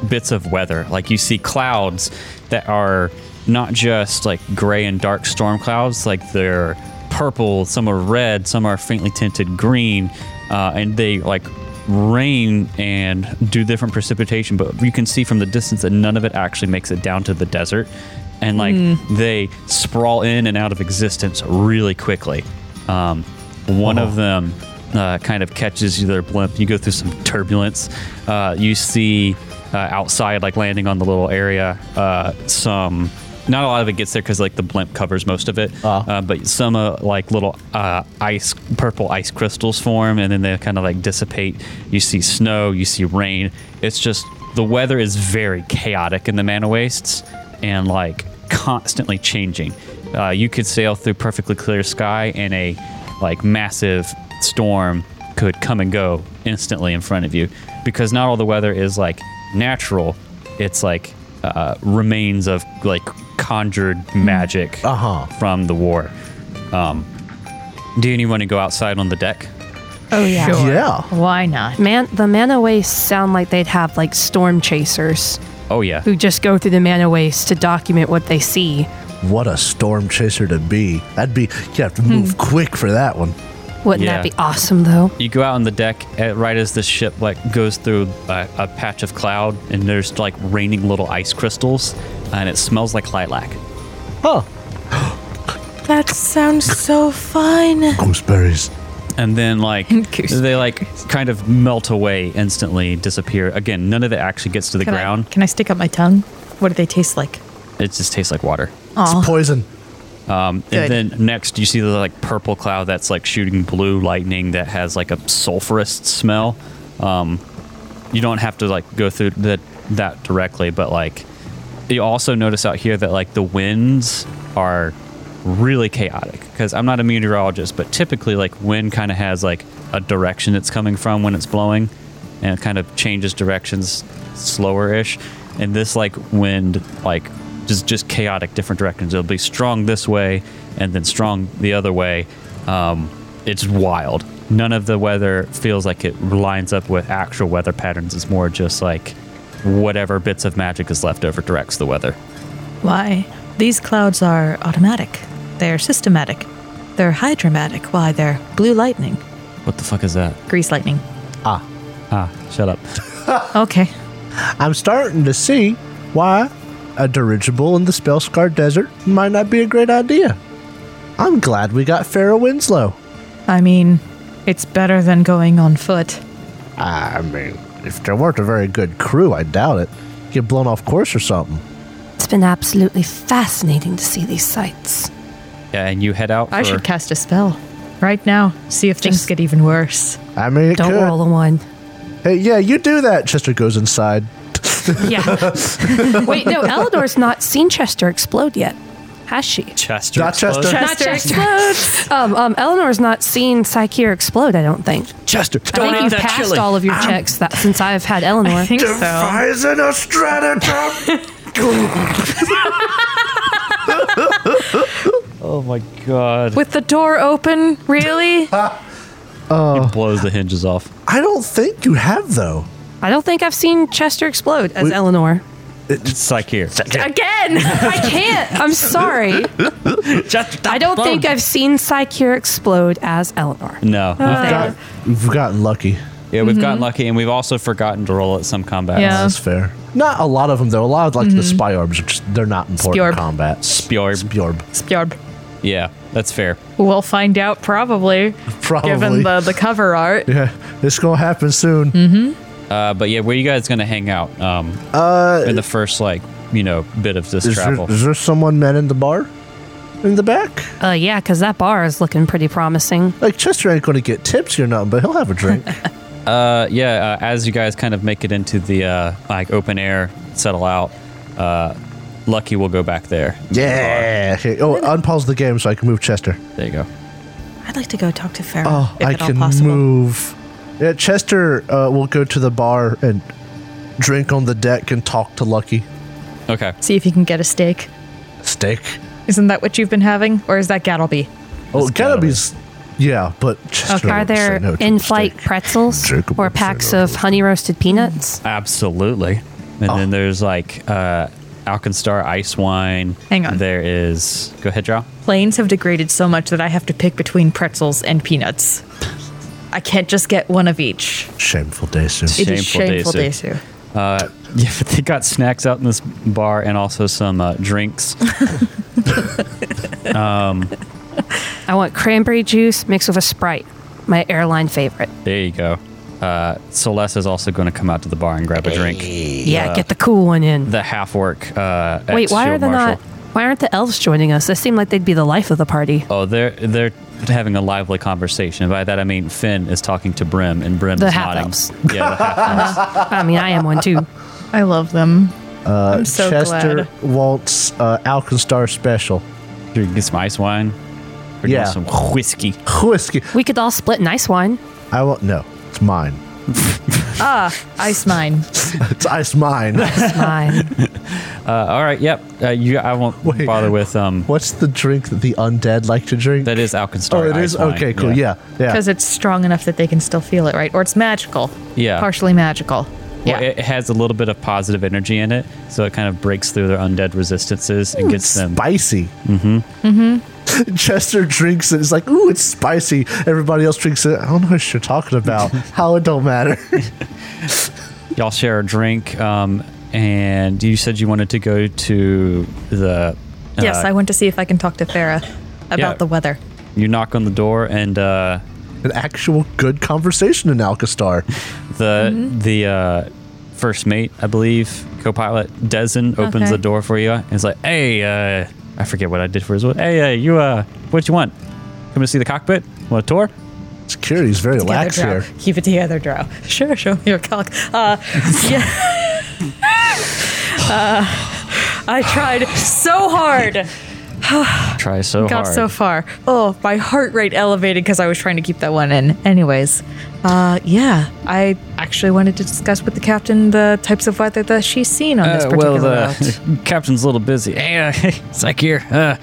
bits of weather. Like you see clouds that are not just like gray and dark storm clouds. Like they're purple. Some are red. Some are faintly tinted green. Uh, and they like rain and do different precipitation, but you can see from the distance that none of it actually makes it down to the desert. And like they sprawl in and out of existence really quickly. Um, one of them uh, kind of catches you their blimp. You go through some turbulence. Uh, you see uh, outside, like landing on the little area, uh, some. Not a lot of it gets there because like the blimp covers most of it, Ah. uh, but some uh, like little uh, ice, purple ice crystals form, and then they kind of like dissipate. You see snow, you see rain. It's just the weather is very chaotic in the Mana Wastes, and like constantly changing. Uh, you could sail through perfectly clear sky, and a like massive storm could come and go instantly in front of you because not all the weather is like natural. It's like uh, remains of like conjured magic Uh-huh. from the war. Um, do you want to go outside on the deck? Oh yeah. Yeah. Why not? Man, the mana wastes sound like they'd have like storm chasers Oh yeah. who just go through the mana wastes to document what they see. What a storm chaser to be. That'd be, you have to move quick for that one. Wouldn't Yeah. that be awesome though? You go out on the deck uh right as the ship like goes through a, a patch of cloud, and there's like raining little ice crystals, and it smells like lilac. Huh. That sounds so fun. Gooseberries. and then like Goose. they like kind of melt away instantly disappear again none of it actually gets to the Can I, ground can I stick up my tongue? What do they taste like? it just tastes like water It's poison. Good. and then next you see the like purple cloud that's like shooting blue lightning that has like a sulfurous smell um, you don't have to like go through that that directly but like you also notice out here that like the winds are really chaotic because i'm not a meteorologist but typically like wind kind of has like a direction it's coming from when it's blowing and it kind of changes directions slower-ish and this like wind like just just chaotic different directions it'll be strong this way and then strong the other way um, it's wild none of the weather feels like it lines up with actual weather patterns it's more just like whatever bits of magic is left over directs the weather. Why? These clouds are automatic. They're systematic. They're hydromatic. Why? They're blue lightning, What the fuck is that? grease lightning. Ah, shut up. Okay. I'm starting to see why a dirigible in the spell scarred desert might not be a great idea. I'm glad we got Farrah Winslow. I mean, it's better than going on foot. I mean, if there weren't a very good crew, I doubt it. Get blown off course or something. It's been absolutely fascinating to see these sights. Yeah, and you head out. I for- should cast a spell right now. See if things Just- get even worse. I mean, it Don't could. roll a one. Hey, yeah, you do that. Chester goes inside. Yeah. Wait, no, Eleanor's not seen Chester explode yet, has she? Chester. Not Chester. explodes. Chester explodes. um, um, Eleanor's not seen Psycheer explode. I don't think. Chester, I Don't think eat you've that passed chili. all of your checks that since I've had Eleanor. I think so. devising a stratagem. Oh my god. With the door open, really? He blows the hinges off. I don't think you have though. I don't think I've seen Chester explode as We- Eleanor. It's like here. Again, I can't. I'm sorry. I don't think I've seen Psycheer explode as Eleanor. Uh, No. Uh, There. We've gotten lucky. Yeah, we've gotten lucky, and we've also forgotten to roll at some combats. mm-hmm. Yeah. That's fair. Um, Not a lot of them though. A lot of like the spy orbs are just they're not important in Spjorb. combat. Spjorb. Spjorb. Spjarb. Yeah, that's fair. We'll find out probably, Probably. given the, the cover art. yeah, it's gonna happen soon. Uh, but yeah, where you guys gonna hang out? Um, in the first like you know bit of this Uh, Is travel. there, is there someone man in the bar? In the back? Uh, yeah, because that bar is looking pretty promising. Like Chester ain't gonna get tipsy or nothing, but he'll have a drink. Uh, yeah, uh, as you guys kind of make it into the uh, like open air, settle out. Uh, Lucky will go back there. yeah. Okay. Oh, unpause the game so I can move Chester. There you go. I'd like to go talk to Pharaoh Oh, if I at can all possible. move. Yeah, Chester uh, will go to the bar and drink on the deck and talk to Lucky. Okay. See if you can get a steak. Steak. Isn't that what you've been having? Or is that Gattleby? Oh, It's gotta gotta be. Yeah, but Chester Are would there say no to a in-flight steak. pretzels Jacob or would say packs no to of a honey roasted peanuts? Absolutely. And Oh. then there's like uh, Alkenstar ice wine. Hang on. There is. Go ahead, draw. Planes have degraded so much that I have to pick between pretzels and peanuts. I can't just get one of each. Shameful day soon. It is shameful, Shameful day, day, Sue. Sue. Uh, yeah, but they got snacks out in this bar and also some uh, drinks. I want cranberry juice mixed with a Sprite. my airline favorite. There you go. Uh, Celeste is also going to come out to the bar and grab a drink. Yeah, get the cool one in. The half work. Uh, Wait, why are ex-field they not? marshal. Why aren't the elves joining us? They seem like they'd be the life of the party. Oh, they're they're having a lively conversation. By that I mean Finn is talking to Brim, and Brim The is nodding. half-elves. Yeah, the half elves. I mean, I am one too. I love them. Uh, I'm so Chester glad. Waltz uh, Alkenstar special. Get some ice wine. Or Yeah. Some whiskey. Whiskey. We could all split an ice wine. I won't. No, it's mine. Ice mine. It's ice mine. It's mine. Uh, all right. Yep. Uh, you. I won't Wait. bother with um. What's the drink that the undead like to drink? That is Alkenstar. oh, it ice is? wine. Okay, cool. Yeah. Yeah. Because it's strong enough that they can still feel it, right? Or it's magical. Yeah. Partially magical. Yeah. Well, it it has a little bit of positive energy in it, so it kind of breaks through their undead resistances and gets them. spicy. Mm-hmm. Mm-hmm. Chester drinks it. It's like, ooh, it's spicy. Everybody else drinks it. I don't know what you're talking about. How it don't matter. Y'all share a drink, um, and you said you wanted to go to the. Uh, yes, I want to see if I can talk to Farah about Yeah. the weather. You knock on the door, and uh, An actual good conversation in Alcastar. the Mm-hmm. the uh, first mate, I believe, co-pilot Dezen opens Okay. the door for you and is like, "Hey, uh, I forget what I did for his. Hey, uh, you, uh, what you want? Come to see the cockpit? Want a tour? Security's very lax Together, here. drow. Keep it together, Drow. Sure, show me your cock. Uh, yeah. Uh, I tried so hard. Try so Got hard. so far. Oh, my heart rate elevated because I was trying to keep that one in. Anyways, uh, yeah, I actually wanted to discuss with the captain the types of weather that she's seen on this Uh, particular route. the captain's a little busy. Hey, uh, it's like here, uh,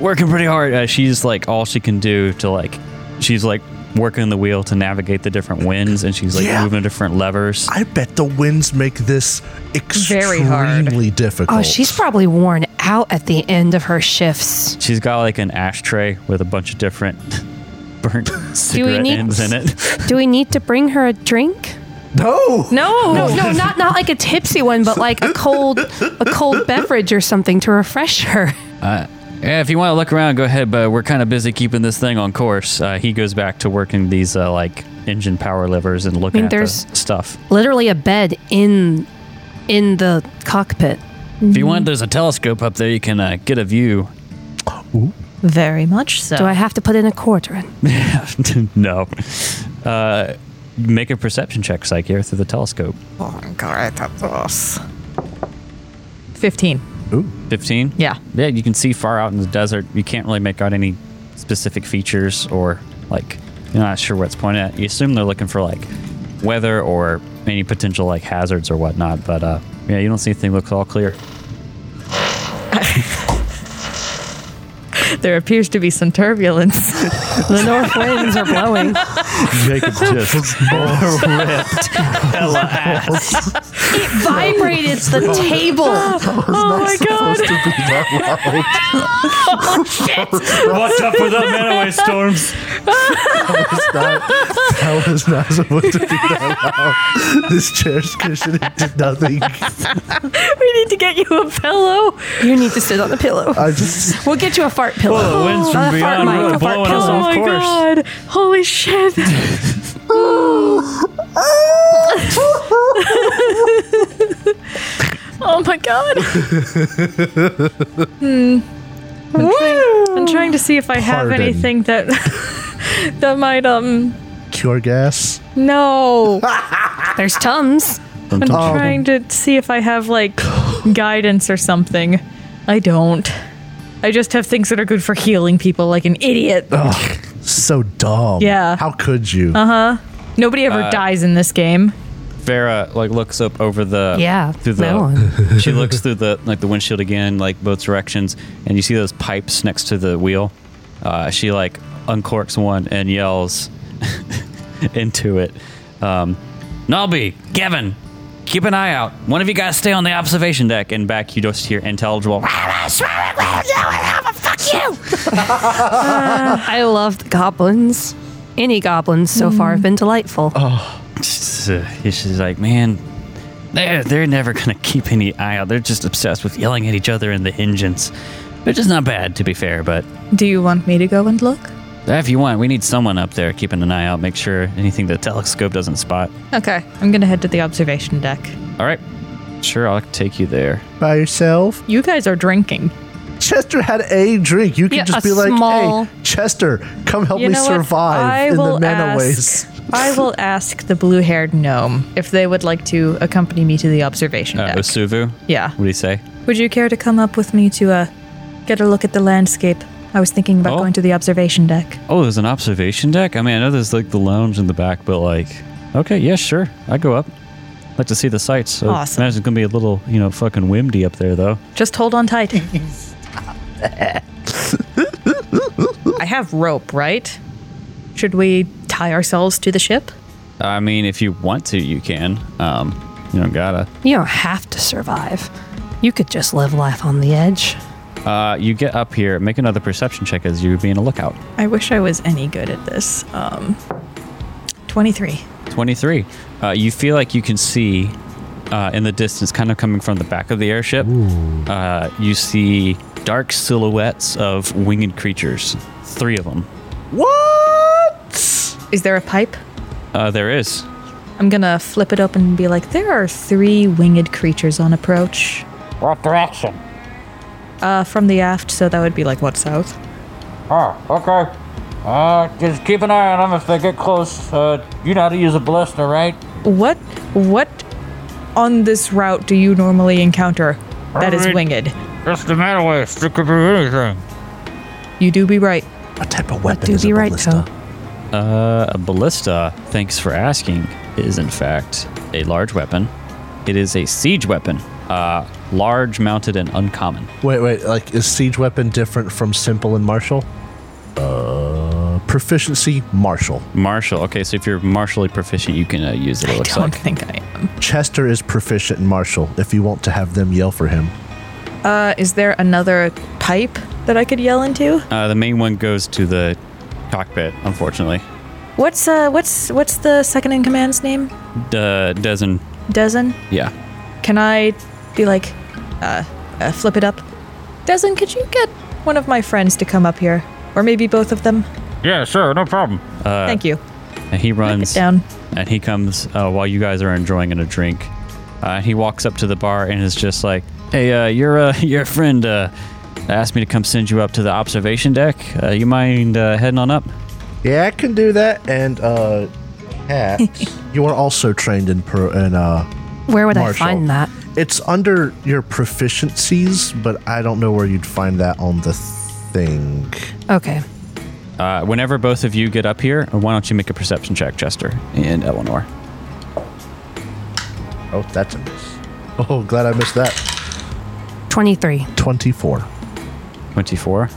working pretty hard. Uh, she's like all she can do to like, she's like working the wheel to navigate the different winds, and she's like Yeah. moving different levers. I bet the winds make this extremely Very hard. difficult. Oh, she's probably worn out at the end of her shifts. She's got like an ashtray with a bunch of different burnt cigarette need- ends in it. Do we need to bring her a drink? no. No, no, no, not not like a tipsy one, but like a cold a cold beverage or something to refresh her. Yeah, if you want to look around, go ahead. But we're kind of busy keeping this thing on course. Uh, he goes back to working these uh, like engine power levers and looking mean, at the there's- stuff. Literally a bed in in the cockpit. If you want, there's a telescope up there. You can uh, get a view. Very much so. Do I have to put in a quarter? in? no. Uh, make a perception check, Psyche, here through the telescope. Oh my god, that's us. Fifteen. 15? Yeah. Yeah, you can see far out in the desert. You can't really make out any specific features or, like, you're not sure what's pointed at. You assume they're looking for, like, weather or any potential, like, hazards or whatnot. But, uh, yeah, you don't see anything looks all clear. There appears to be some turbulence. The north winds are blowing. Jacob just. Vibrated the table. oh my god. Supposed to be that What's up with the manaway storms? loud. That was not. That was not supposed to be that loud. This chair's cushioning did nothing. we need to get you a pillow. You need to sit on the pillow. I just. We'll get you a fart pillow. the winds from Not a fart beyond mic, really a fart blowing pillow. us Oh Of my god. course. Holy shit. oh my god. hmm. Woo. I'm trying to see if I have Pardon. anything that that might um Cure gas. no. There's tums. I'm Oh, trying to see if I have like guidance or something. I don't. I just have things that are good for healing people like an idiot. Oh. So dumb. Yeah. How could you? Uh-huh. Nobody ever dies in this game. Farah like looks up over the Yeah, through the no one. she looks through the like the windshield again like both directions and you see those pipes next to the wheel. Uh, she like uncorks one and yells into it. Um, Nobby, Gavin, keep an eye out. One of you guys stay on the observation deck and back. You just hear intelligible. I love the goblins. Any goblins so far have been delightful. Oh. She's like, man, they're, they're never going to keep any eye out. They're just obsessed with yelling at each other in the engines. Which is not bad, to be fair, but Do you want me to go and look? If you want, we need someone up there keeping an eye out, make sure anything the telescope doesn't spot. Okay, I'm gonna head to the observation deck. All right. Sure, I'll take you there. by yourself. You guys are drinking. Chester had a drink. You can Yeah, just a be like, small- "Hey, Chester, come help You me know what? I survive in will the mana ask- ways." I will ask the blue-haired gnome if they would like to accompany me to the observation Uh, deck. Osuvu? yeah. What do you say? Would you care to come up with me to uh, get a look at the landscape? I was thinking about Oh. going to the observation deck. Oh, there's an observation deck? I mean, I know there's like the lounge in the back, but like, okay, yeah, sure. I go up. Like to see the sights. So Awesome. Imagine it's gonna be a little, you know, fucking windy up there, though. Just hold on tight. I have rope, right? Should we tie ourselves to the ship? I mean, if you want to, you can. Um, you don't gotta. You don't have to survive. You could just live life on the edge. Uh, you get up here, make another perception check as you being a lookout. I wish I was any good at this. Um, 23. 23. Uh, you feel like you can see uh, in the distance, kind of coming from the back of the airship, uh, you see dark silhouettes of winged creatures. Three of them. What? Is there a pipe? Uh, there is. I'm gonna flip it open and be like, there are three winged creatures on approach. What direction? Uh, from the aft, so that would be like, what, south? Oh, okay. Uh, just keep an eye on them if they get close. Uh, you know how to use a blister, right? What, what on this route do you normally encounter that is Alright. winged? It's the matter with it. It could be anything. You do be right. What type of weapon do is be a right, ballista? Uh, a ballista, thanks for asking, is in fact a large weapon. It is a siege weapon, uh, large, mounted, and uncommon. Wait, wait. Like, is siege weapon different from simple and martial? Uh, proficiency martial. Martial. Okay, so if you're martially proficient, you can uh, use it. It I looks don't like. think I am. Chester is proficient in martial. If you want to have them yell for him, Uh, is there another pipe that I could yell into? Uh, the main one goes to the cockpit, unfortunately. What's uh, what's what's the second in command's name? The dozen. Dozen. Yeah. Can I be like, uh, uh flip it up? Dozen, could you get one of my friends to come up here, or maybe both of them? Yeah, sure, no problem. Uh, Thank you. And he runs down. and he comes uh, while you guys are enjoying a drink. Uh, he walks up to the bar and is just like, "Hey, uh, your uh, your friend uh, asked me to come send you up to the observation deck. Uh, you mind uh, heading on up?" yeah, I can do that. And uh, cat, you are also trained in pro in uh. Where would Martial. I find that? It's under your proficiencies, but I don't know where you'd find that on the thing. Okay. Uh, whenever both of you get up here, uh, why don't you make a perception check, Chester and Eleanor? Oh, that's a miss. Oh, glad I missed that. 23. 24. Twenty-four.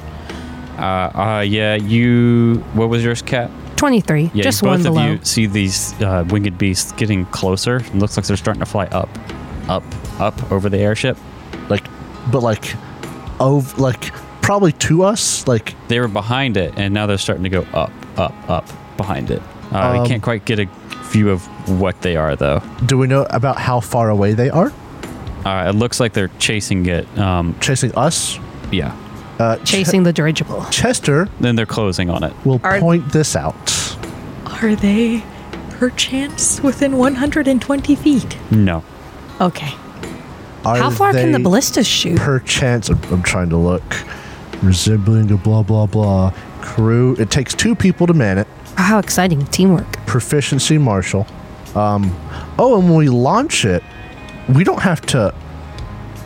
Uh, uh, yeah, you. What was yours, Cat? 23. Yeah, just both one of below. you see these uh, winged beasts getting closer. It looks like they're starting to fly up, up, up over the airship. Like, but like, oh, like probably to us. Like, They were behind it, and now they're starting to go up, up, up behind it. Uh, we can't quite get a view of what they are, though. do we know about how far away they are? Uh, it looks like they're chasing it. Um, Chasing us. yeah. Chasing the dirigible. Chester Then they're closing on it. will Are- point this out. Are they, perchance, within 120 feet? No. Okay. Are How far can the they ballistas shoot? Perchance, I'm, I'm trying to look. Resembling a blah blah blah crew. It takes two people to man it. How exciting. Teamwork. proficiency martial. Um, oh, and when we launch it, we don't have to.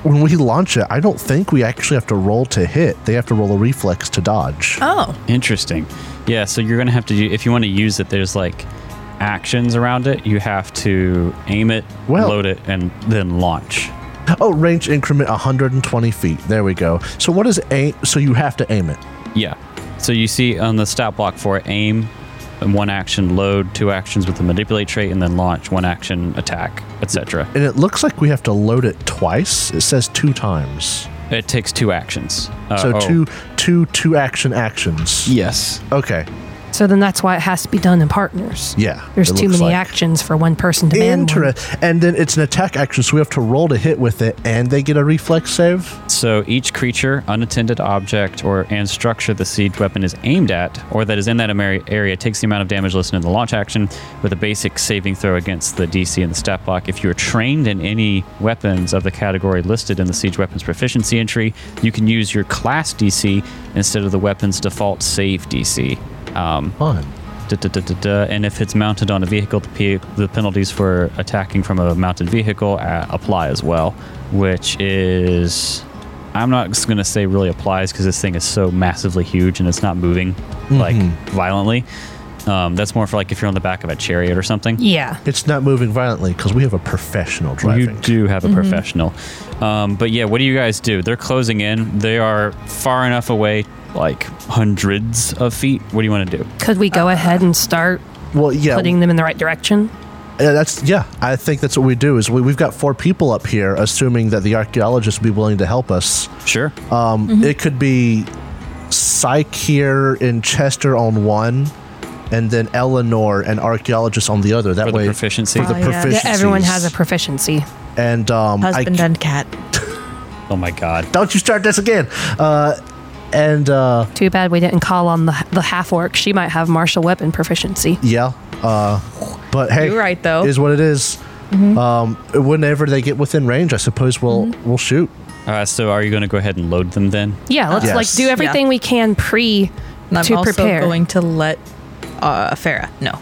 When we launch it, I don't think we actually have to roll to hit. They have to roll a reflex to dodge. Oh. Interesting. Yeah, so you're going to have to, u- if you want to use it, there's like actions around it. You have to aim it, Well- load it, and then launch. Oh, range increment 120 feet. There we go. So what is aim? So you have to aim it. Yeah. So you see on the stat block for it, aim, and one action, load, two actions with the manipulate trait, and then launch, one action, attack, etc. And it looks like we have to load it twice. It says two times. It takes two actions. Uh, So oh, two, two, two action actions. Yes. Okay. So then that's why it has to be done in partners. Yeah, There's it too looks many like. actions for one person to man. one. Interest, and then it's an attack action, so we have to roll to hit with it, and they get a reflex save. So each creature, unattended object, or and structure the siege weapon is aimed at, or that is in that ameri- area, takes the amount of damage listed in the launch action with a basic saving throw against the DC and the stat block. If you are trained in any weapons of the category listed in the siege weapons proficiency entry, you can use your class DC instead of the weapon's default save DC. Um, Fun. Duh, duh, duh, duh, duh. And if it's mounted on a vehicle, the, pe- the penalties for attacking from a mounted vehicle uh, apply as well, which is. I'm not going to say really applies because this thing is so massively huge and it's not moving like violently. Um, that's more for like if you're on the back of a chariot or something. Yeah. It's not moving violently because we have a professional You driving. do have a professional. Um, but yeah, what do you guys do? They're closing in, they are far enough away, like hundreds of feet. What do you want to do? Could we Uh, go ahead and start well, yeah, putting them in the right direction? Yeah, that's yeah. I think that's what we do. Is we, we've got four people up here, assuming that the archaeologists would be willing to help us. Sure. Um, Mm-hmm. It could be Psyche here and Chester on one, and then Eleanor and archaeologist on the other. That for the way, proficiency. Five. Oh, yeah. proficiencies. Yeah, everyone has a proficiency. and um, I, Husband and cat. Oh my God. don't you start this again. Uh, and uh, Too bad we didn't call on the the half orc. She might have martial weapon proficiency. yeah, uh, but hey, You're right, though. Mm-hmm. Is what it is. Um, whenever they get within range, I suppose we'll we'll shoot. Uh, so are you going to go ahead and load them then? Yeah, let's like Yes. do everything we can pre And I'm to also prepare. going to let uh, Farah know.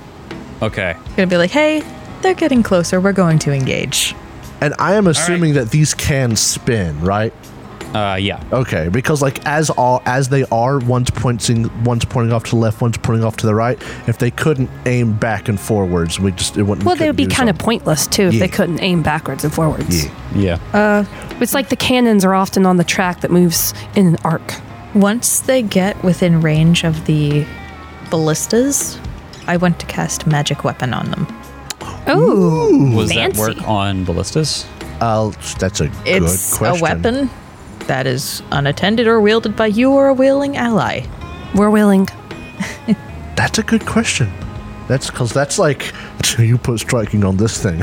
Okay. Gonna be like, hey, they're getting closer. We're going to engage. And I am assuming that these can spin, right? Uh, yeah. Okay, because like as all as they are, one's pointing one's pointing off to the left, one's pointing off to the right. If they couldn't aim back and forwards, we just it wouldn't. well, they would be couldn't use kind of them. pointless too if Yeah. they couldn't aim backwards and forwards. Yeah. Yeah. It's like the cannons are often on the track that moves in an arc. Once they get within range of the ballistas, I want to cast magic weapon on them. Oh, Was that fancy. work on ballistas? Uh, that's a It's good question. a weapon that is unattended or wielded by you or a willing ally. we're willing. That's a good question. That's because that's like you put striking on this thing.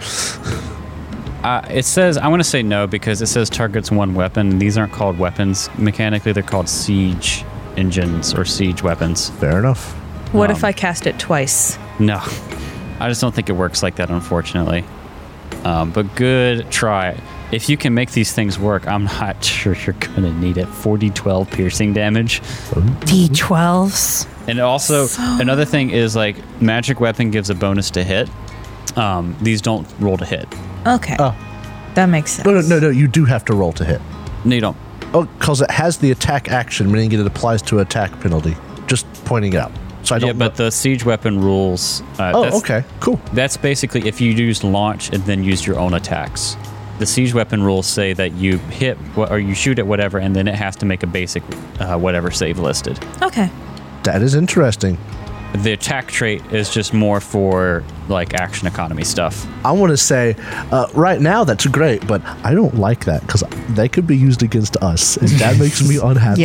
Uh, it says, I want to say no because it says targets one weapon. These aren't called weapons. Mechanically, they're called siege engines or siege weapons. Fair enough. What if Um, I cast it twice? No. I just don't think it works like that, unfortunately. Um, but good try. If you can make these things work, I'm not sure you're going to need it. 40, 12 piercing damage. D12s. And also, another thing is like magic weapon gives a bonus to hit. Um, these don't roll to hit. Okay. That makes sense. oh. No, no, no, no. You do have to roll to hit. No, you don't. Oh, because it has the attack action, meaning it applies to attack penalty. Just pointing it out. So I don't. Yeah, but the siege weapon rules. Uh, oh, that's, okay, cool. That's basically if you use launch and then use your own attacks. The siege weapon rules say that you hit wh- or you shoot at whatever, and then it has to make a basic uh, whatever save listed. Okay. That is interesting. The attack trait is just more for like action economy stuff. I want to say, uh, right now that's great, but I don't like that because they could be used against us, and that makes me unhappy.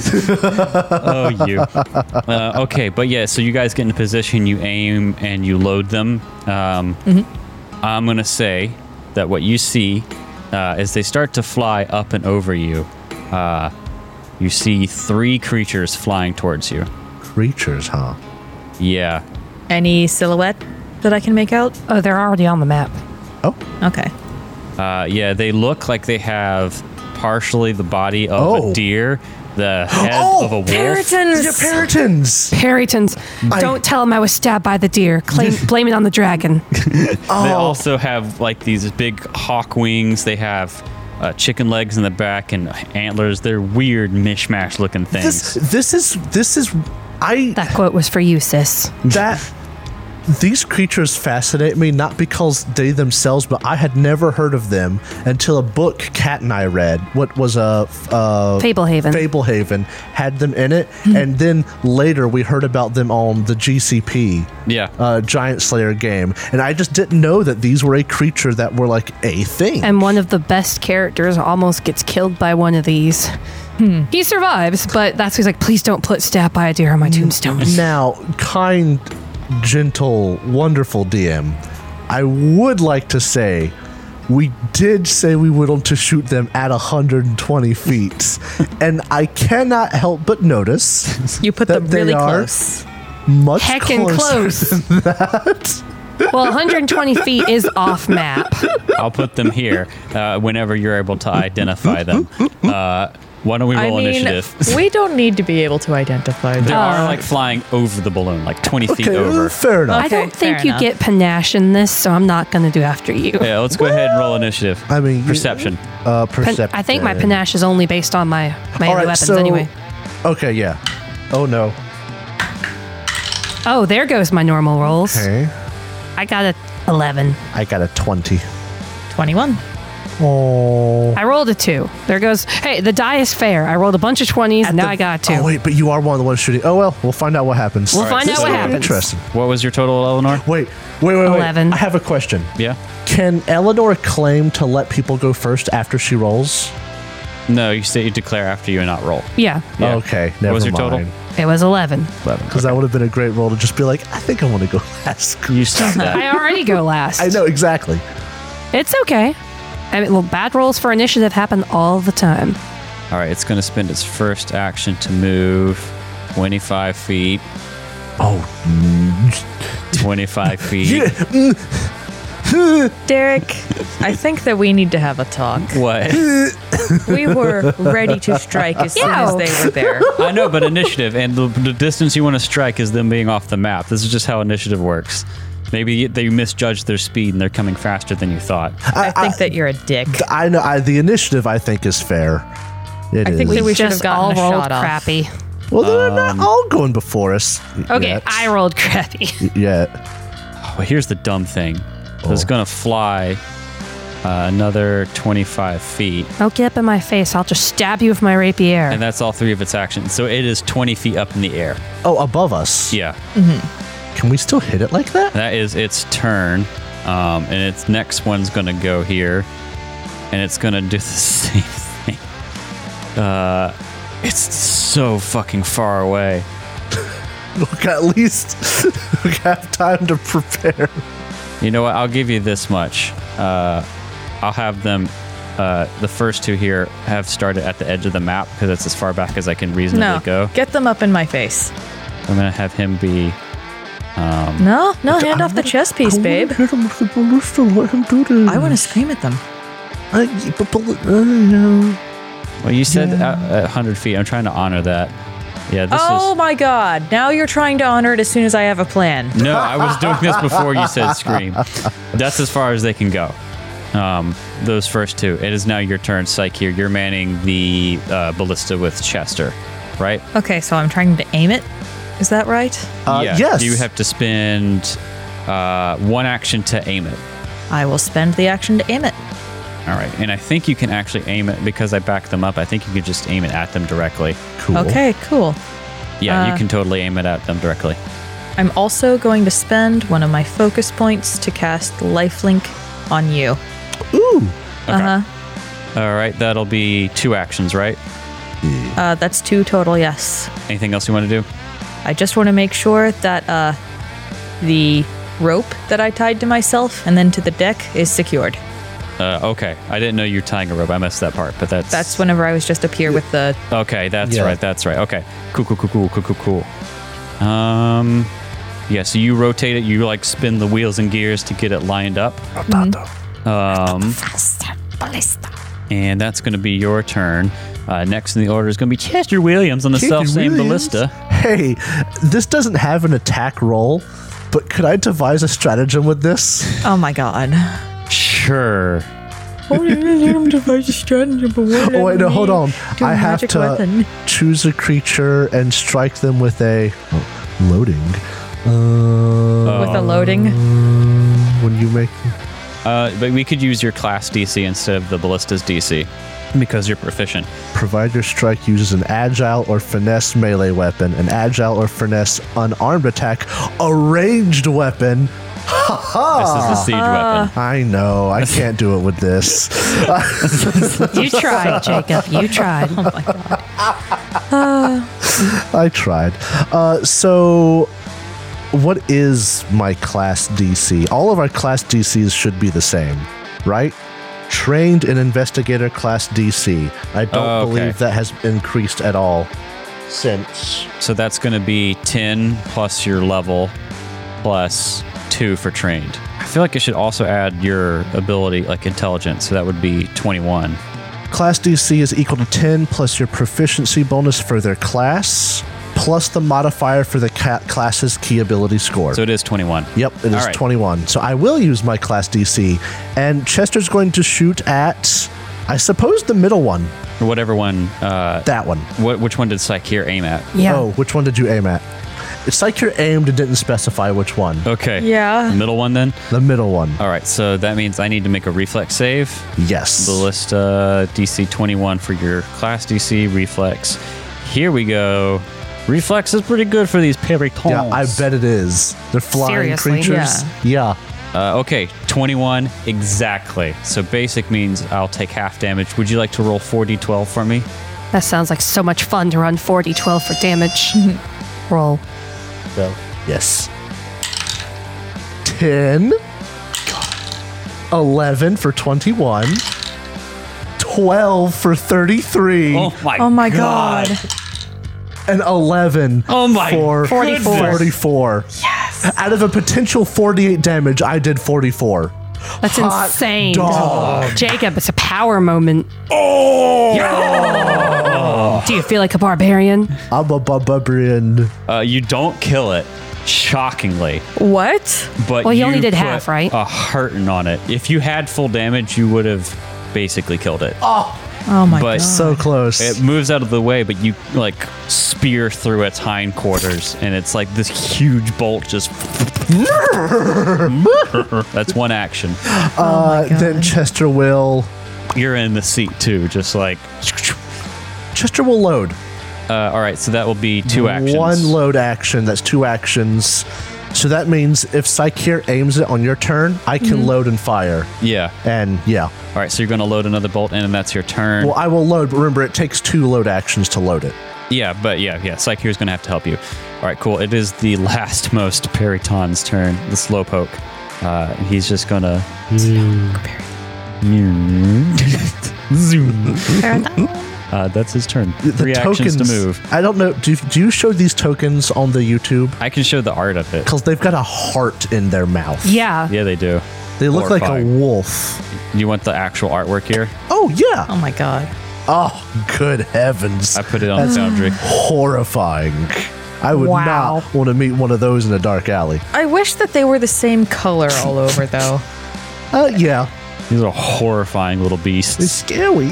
Oh, you. Uh, okay, but yeah, so you guys get in position, you aim, and you load them. Um, Mm-hmm. I'm going to say that what you see uh, as they start to fly up and over you, uh, you see three creatures flying towards you. Creatures, huh? Yeah. Any silhouette that I can make out? Oh, they're already on the map. Oh, Okay. Uh, yeah, they look like they have partially the body of Oh. a deer, the head Oh, of a wolf. yeah, Peritons. Harringtons, don't tell him I was stabbed by the deer. Claim, blame it on the dragon. Oh. They also have like these big hawk wings. They have uh, chicken legs in the back and antlers. They're weird mishmash looking things. This, this is, this is, I That quote was for you, sis. that These creatures fascinate me not because they themselves, but I had never heard of them until a book Cat and I read, what was a, a Fablehaven. Fablehaven, had them in it. And then later we heard about them on the GCP Yeah. uh, Giant Slayer game. And I just didn't know that these were a creature that were like a thing. and one of the best characters almost gets killed by one of these. He survives, but that's he's like, please don't put stab by a deer on my tombstone. Now, kind, gentle, wonderful DM, I would like to say we did say we wanted to shoot them at 120 feet, and I cannot help but notice You put That them they really are. close. much Heckin' closer close. Well, 120 feet is off map. I'll put them here uh, whenever you're able to identify them. Uh, why don't we I roll mean, initiative? we don't need to be able to identify They them. are like flying over the balloon, like 20 feet uh, Okay, over. fair enough. I Okay, don't think fair you enough. get panache in this, so I'm not going to do after you. Yeah, let's go ahead and roll initiative. I mean, you- perception. uh, Pan- perception. I think my panache is only based on my, my All other right, weapons so- anyway. Okay, yeah. Oh no. Oh, there goes my normal rolls. Okay. I got a 11. I got a 20. 21. Oh. I rolled a 2. There goes, hey, the die is fair. I rolled a bunch of 20s, and now I got a 2. Oh wait, but you are one of the ones shooting. Oh well, we'll find out what happens. We'll All right, find This out what is gonna be happens. Interesting. What was your total, Eleanor? Wait, wait, wait, wait. 11. I have a question. Yeah. Can Eleanor claim to let people go first after she rolls? No, you say you declare after you and not roll. yeah, Yeah. Okay, What never was your mind. it was 11. Because that would have been a great roll to just be like, I think I want to go last. total? You stop that. I already go last. I know exactly. It's okay. I mean, well, bad rolls for initiative happen all the time. All right, it's going to spend its first action to move 25 feet. Oh, 25 feet. Derek, I think that we need to have a talk. What? We were ready to strike as soon as they were there. I know, but initiative and the, the distance you want to strike is them being off the map. This is just how initiative works. Maybe they misjudged their speed and they're coming faster than you thought. I think that you're a dick. I know. I, the initiative, I think, is fair. It I think is. that we should have Just all gotten a rolled shot off. crappy. Well, they're not all going before us. um, Okay, yet. I rolled crappy. Yet. Well, here's the dumb thing. It's going to fly uh, another 25 feet, Don't get up in my face. I'll just stab you with my rapier. and that's all three of its actions. So it is 20 feet up in the air. Oh, above us. Yeah, Can we still hit it like that? that is its turn, um, and its next one's going to go here, and it's going to do the same thing. Uh, it's so fucking far away. Look, at least we have time to prepare. You know what? I'll give you this much. Uh, I'll have them. Uh, the first two here have started at the edge of the map because that's as far back as I can reasonably No, go. get them up in my face. I'm gonna have him be. No, no, hand off the chess piece, babe. I want to hit him with the ballista. Let him do this. I want to scream at them. I, but, but, I don't Mm-hmm. know. Well, you said uh, uh, 100 feet. I'm trying to honor that. Yeah, this oh is. my god! Now you're trying to honor it as soon as I have a plan. No, I was doing this before you said scream. That's as far as they can go. Um, those first two. It is now your turn, Psyche. You're manning the uh, ballista with Chester, right? Okay, so I'm trying to aim it. Is that right? Uh, yes. You have to spend uh, one action to aim it. I will spend the action to aim it. All right. And I think you can actually aim it because I backed them up. I think you could just aim it at them directly. Cool. Okay, cool. Yeah, you Uh, can totally aim it at them directly. I'm also going to spend one of my focus points to cast Lifelink on you. Ooh. All right. That'll be two actions, right? Uh, that's two total, yes. Anything else you want to do? I just want to make sure that uh, the rope that I tied to myself and then to the deck is secured. Uh, okay. I didn't know you were tying a rope. I missed that part, but that's. That's whenever I was just up here with the. Okay. That's Yeah. right. That's right. Okay. Cool, cool, cool, cool, cool, cool, cool. Um. Yeah, so you rotate it, you like spin the wheels and gears to get it lined up. Um, and that's going to be your turn. Uh, next in the order is going to be Chester Williams on the self same ballista. Hey, this doesn't have an attack roll, but could I devise a stratagem with this? Oh my god. Sure. oh wait, no, hold on. I have to choose a creature and strike them with a oh, loading Uh, with a loading. when you make Uh, but we could use your class DC instead of the ballista's DC because you're proficient. Provide your strike uses an agile or finesse melee weapon, an agile or finesse unarmed attack, a ranged weapon. This is the siege weapon. I know, I can't do it with this. You tried, Jacob. You tried. I tried. Uh, so, what is my class DC? All of our class DCs should be the same, right? Trained in investigator class DC. I don't Oh, okay. believe that has increased at all since. So that's going to be 10 plus your level plus 2 for trained. I feel like it should also add your ability, like intelligence. So that would be 21. Class DC is equal to 10 plus your proficiency bonus for their class, plus the modifier for the ca- class's key ability score. So it is 21. Yep, it is All right. 21. So I will use my class DC. And Chester's going to shoot at, I suppose, the middle one. Whatever one, uh, That one. what, which one did Psycheer aim at? Yeah. Oh, which one did you aim at? It's like you aimed and didn't specify which one. Okay. Yeah. Middle one then? The middle one. All right. So that means I need to make a reflex save. uh, Yes. Ballista DC 21 for your class DC reflex. Here we go. Reflex is pretty good for these peritons. Yeah, I bet it is. They're flying Seriously? creatures. Yeah. Uh, okay, 21 exactly. So basic means I'll take half damage. Would you like to roll 4d12 for me? That sounds like so much fun to run 40 12 for damage. Roll. So, yes. 10. 11 for 21. 12 for 33. my Oh my god. and 11 Oh my for goodness. 44. 44. Yes. Out of a potential 48 damage, I did 44. That's Hot insane. dog. Jacob, it's a power moment. Oh! Do you feel like a barbarian? I'm a barbarian. Uh, you don't kill it, shockingly. What? But Well, you only did put half, right? A hurting on it. If you had full damage, you would have basically killed it. Oh my but So close. It moves out of the way, but you like spear through its hindquarters, and it's like this huge bolt just. That's one action. uh, then Chester will. You're in the seat too, just like. Chester will load. Uh, all right, so that will be two actions. One load action. That's two actions. So that means if Psycheer aims it on your turn, I can load and fire. Yeah. And yeah. All right, so you're going to load another bolt in, and that's your turn. Well, I will load, but remember, it takes two load actions to load it. yeah, but yeah, yeah. Psycheer's going to have to help you. All right, cool. It is the last most Periton's turn, the slowpoke. Uh, he's just going to. Zoom. Uh, that's his turn. Three actions to move. I don't know. Do, do you show these tokens on the YouTube? I can show the art of it. Because they've got a heart in their mouth. Yeah. Yeah, they do. They look like a Horrifying. wolf. You want the actual artwork here? Oh, yeah. Oh my god. Oh, good heavens. I put it on the Foundry. Horrifying. I would Wow. not want to meet one of those in a dark alley. I wish that they were the same color all over though. Uh, yeah. These are horrifying little It's beasts. scary.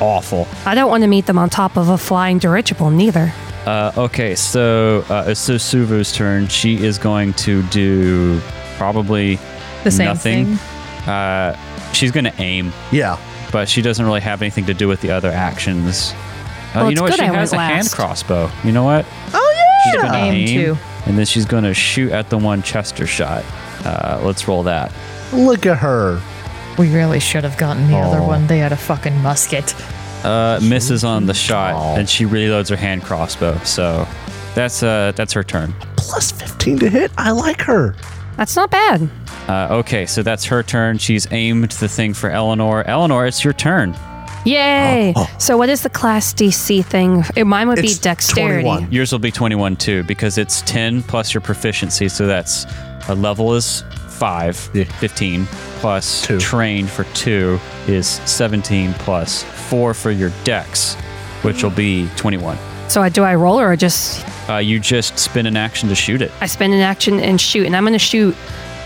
Awful. I don't want to meet them on top of a flying dirigible, neither. Uh, okay, so uh, it's so Suvu's turn. She is going to do probably The same nothing. thing. Uh, she's going to aim, Yeah. but she doesn't really have anything to do with the other actions. Uh, Well, you know it's what? good She I has went a hand last. crossbow. You know what? Oh, She's gonna Aim too. and then she's going to shoot at the one Chester shot. Uh, let's roll that. yeah. Look at her. We really should have gotten the other one. They had a fucking musket. Uh, misses on the shot, and she reloads her hand crossbow. So that's uh, that's her turn. Plus 15 to hit. I like her. That's not bad. Uh, okay, so that's her turn. She's aimed the thing for Eleanor. Eleanor, it's your turn. Yay. So, what is the class DC thing? Eh, Mine would Oh, It's be dexterity. 21. Yours will be 21 too, because it's 10 plus your proficiency. So that's a level is 5, Yeah. 15, plus Two. trained for 2 is 17, plus 4 for your dex, which will be 21. So, I, do I roll or I just Uh, you just spin an action to shoot it. I spend an action and shoot? And I'm going to shoot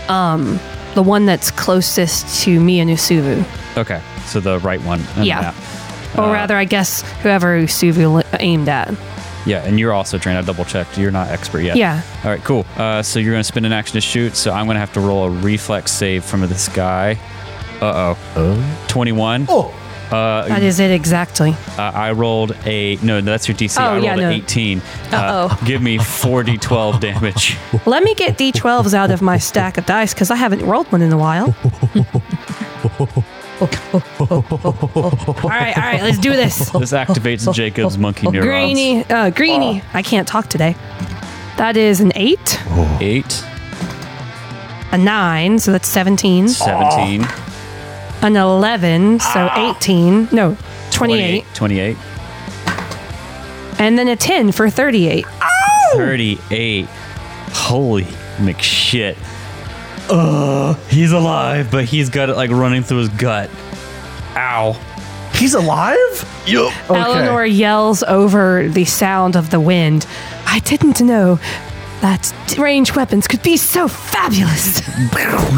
um, the one that's closest to me and Usuvu. Okay, so the right one. on the Oh, Yeah. Uh, map. Or rather, I guess whoever Usuvu li- aimed at. Yeah, and you're also trained. I double checked. You're not expert yet. Yeah. All right, cool. Uh, so you're going to spend an action to shoot. So I'm going to have to roll a reflex save from this guy. Uh oh. 21. Oh, That is it exactly. Uh, I rolled a. No, that's your DC. Oh, I rolled yeah, an no. 18. Uh, Uh-oh. give me 4d12 damage. Let me get D12s out of my stack of dice because I haven't rolled one in a while. all right, all right, let's do this. This activates Jacob's monkey neurons. Greeny, uh, Greeny. I can't talk today. That is an eight, 8, a nine, so that's 17, 17, Oh. an 11, so 18, no, 28, 28, and then a 10 for 38. 38. Holy McShit. Ugh, he's alive, but he's got it like running through his gut. Ow. he's alive. Yup. Okay. Eleanor yells over the sound of the wind. I didn't know that range weapons could be so fabulous.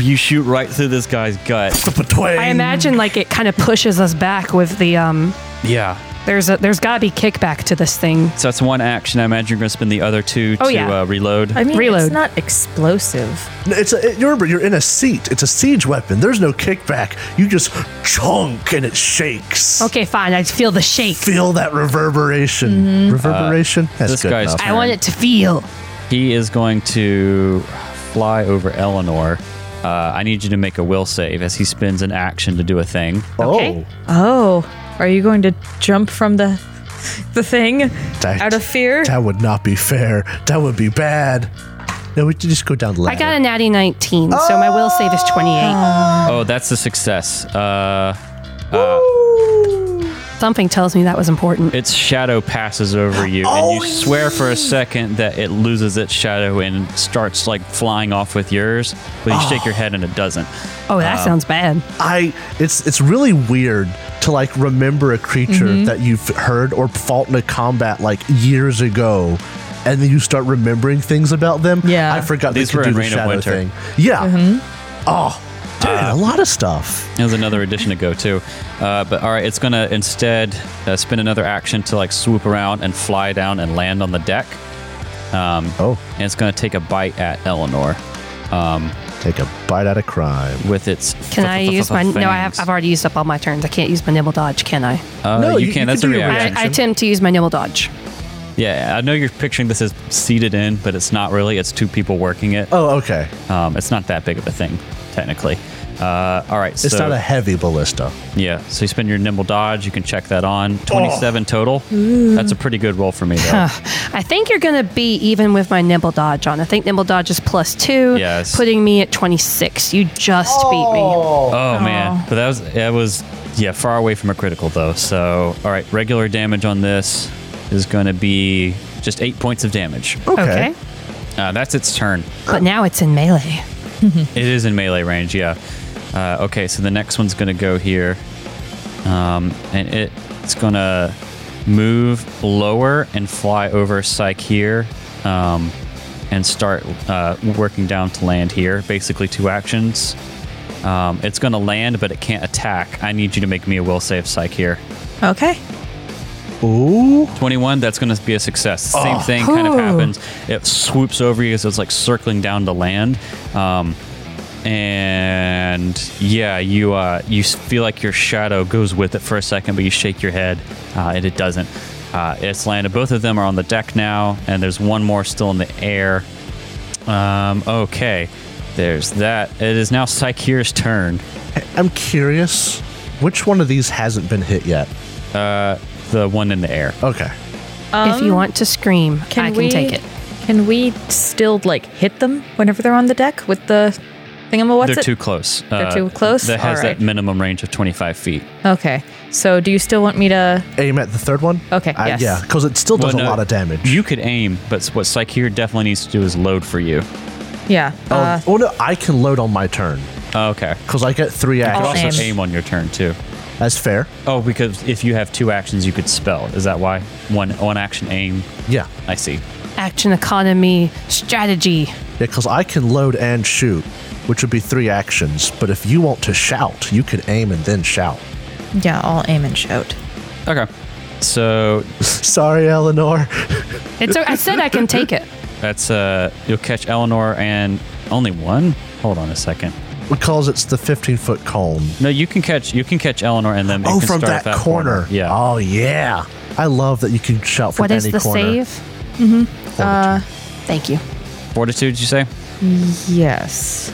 You shoot right through this guy's gut. I imagine like it kind of pushes us back with the um. Yeah. There's a there's got to be kickback to this thing. So that's one action. I imagine you're going to spend the other two Oh, to yeah. uh, reload. I mean, Reload. it's not explosive. No, It's a, it, you remember you're in a seat. It's a siege weapon. There's no kickback. You just chunk and it shakes. Okay, fine. I feel the shake. Feel that reverberation. Mm-hmm. Uh, Reverberation. That's this good guy's- enough. I want it to feel. He is going to fly over Eleanor. Uh, I need you to make a will save as he spends an action to do a thing. okay. Oh, are you going to jump from the the thing That- out of fear? That would not be fair. That would be bad. No, we should just go down the I ladder. got a natty 19, so my will save is 28. Oh, that's a success. Uh, Something tells me that was important. its shadow passes over you, Oh, and you swear for a second that it loses its shadow and starts like flying off with yours, but you shake your Ah. head and it doesn't. oh, that sounds bad. I it's it's really weird to like remember a creature Mm-hmm. that you've heard or fought in a combat like years ago, and then you start remembering things about them. Yeah. Mm-hmm. I forgot These these they were could do in the Reign of shadow Winter. thing. Yeah. Oh, dude, a lot of stuff. That was another addition to go to. Uh, but all right, it's gonna instead uh, spend another action to like swoop around and fly down and land on the deck, Oh, and it's gonna take a bite at Eleanor take a bite out of crime. with its. Can I use my? No, I have, I've already used up all my turns. I can't use my nibble dodge, can I? Uh, No, you, you- can. you That's a can do your reaction. I, I attempt to use my nibble dodge. yeah, I know you're picturing this as seated in, but it's not really. It's two people working it. Oh, okay. Um, it's not that big of a thing, technically. Uh, all right, It's so not a heavy ballista. yeah, so you spend your nimble dodge. You can check that Oh. on twenty-seven total. That's a pretty good roll for me, though. I think you're going to be even with my nibble dodge on. I think nibble dodge is plus two, Yes. putting me at 26. You just beat me. oh man, but that was that was yeah far away from a critical though. So all right, regular damage on this is going to be just eight points of damage. Okay. Uh, that's its turn. But now it's in melee. It is in melee range, yeah. Uh, okay, so the next one's going to go here. Um, and it, it's going to move lower and fly over Psyche here um, and start uh, working down to land here. Basically, two actions. Um, it's going to land, but it can't attack. I need you to make me a will save Psyche here. Okay. 21, that's going to be a success. Same thing kind of happens. It swoops over you, so it's like circling down to land. Um, and yeah, you uh, you s- feel like your shadow goes with it for a second, but you shake your head uh, and it doesn't. Uh, it's landed. Both of them are on the deck now, and there's one more still in the air. Um, okay, there's that. It is now Psycheer's turn. I'm curious, which one of these hasn't been hit yet? The one in the air. Okay. if you want to scream, I can we, take it. Can we still like hit them whenever they're on the deck with the thingamawhat's what's They're it? too close. They're too close? That has Alright. that minimum range of 25 feet. Okay. So do you still want me to? Aim at the third one. Okay, I- yes. Yeah, because it still does Well, a no, lot of damage. You could aim, but what Psycheer definitely needs to do is load for you. Yeah. Oh, uh, oh no, I can load on my turn Oh, okay. because I get three Oh, You could I'll also actions. aim. aim. on your turn too. That's fair. Oh, because if you have two actions, you could spell. Is that why? One one action aim. Yeah, I see. Action economy strategy. yeah, because I can load and shoot, which would be three actions. But if you want to shout, you can aim and then shout. yeah. I'll aim and shout. Okay. So Sorry, Eleanor. It's. o- I said I can take it. that's uh, you'll catch Eleanor and only one. Hold on a second. Because it's the 15 foot cone. No, you can catch you can catch Eleanor and them. and oh, can from start that, at that corner. Yeah. Oh, yeah. I love that you can shout from What is any the corner. save? Uh, Thank you. Fortitude, you say? Yes.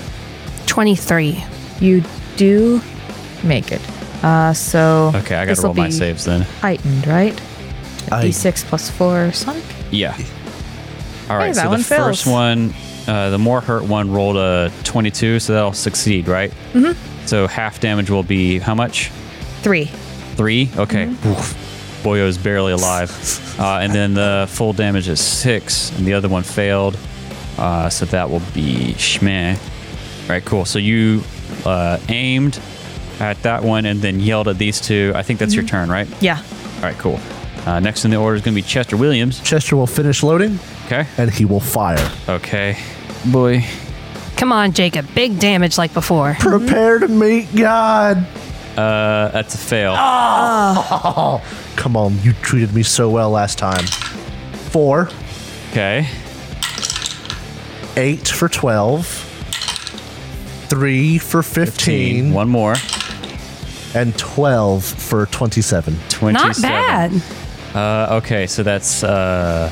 Twenty-three. You do make it. Uh, so. Okay, I gotta this'll roll my be saves then. Heightened, right? I- D6 plus 4 sonic? Yeah. All right. that so the one fails. first one, uh, the more hurt one rolled a twenty-two, so that'll succeed, right? Mm-hmm. So half damage will be how much? 3. Three. Okay. Mm-hmm. Oof. Boyo's barely alive, uh, and then the full damage is six, and the other one failed, uh, so that will be Schmeh. All right. Cool. So you uh, aimed at that one and then yelled at these two. I think that's Mm-hmm. your turn, right? Yeah. All right. Cool. Uh, next in the order is going to be Chester Williams. Chester will finish loading Okay. and he will fire. Mm-hmm. Okay. Boy. Come on, Jacob. Big damage like before. Prepare to meet God. Uh, that's a fail. Come on, you treated me so well last time. Four, Okay. eight for 12, three for 15, One more. and 12 for 27. 27. Not bad. Uh, okay, so that's. Uh,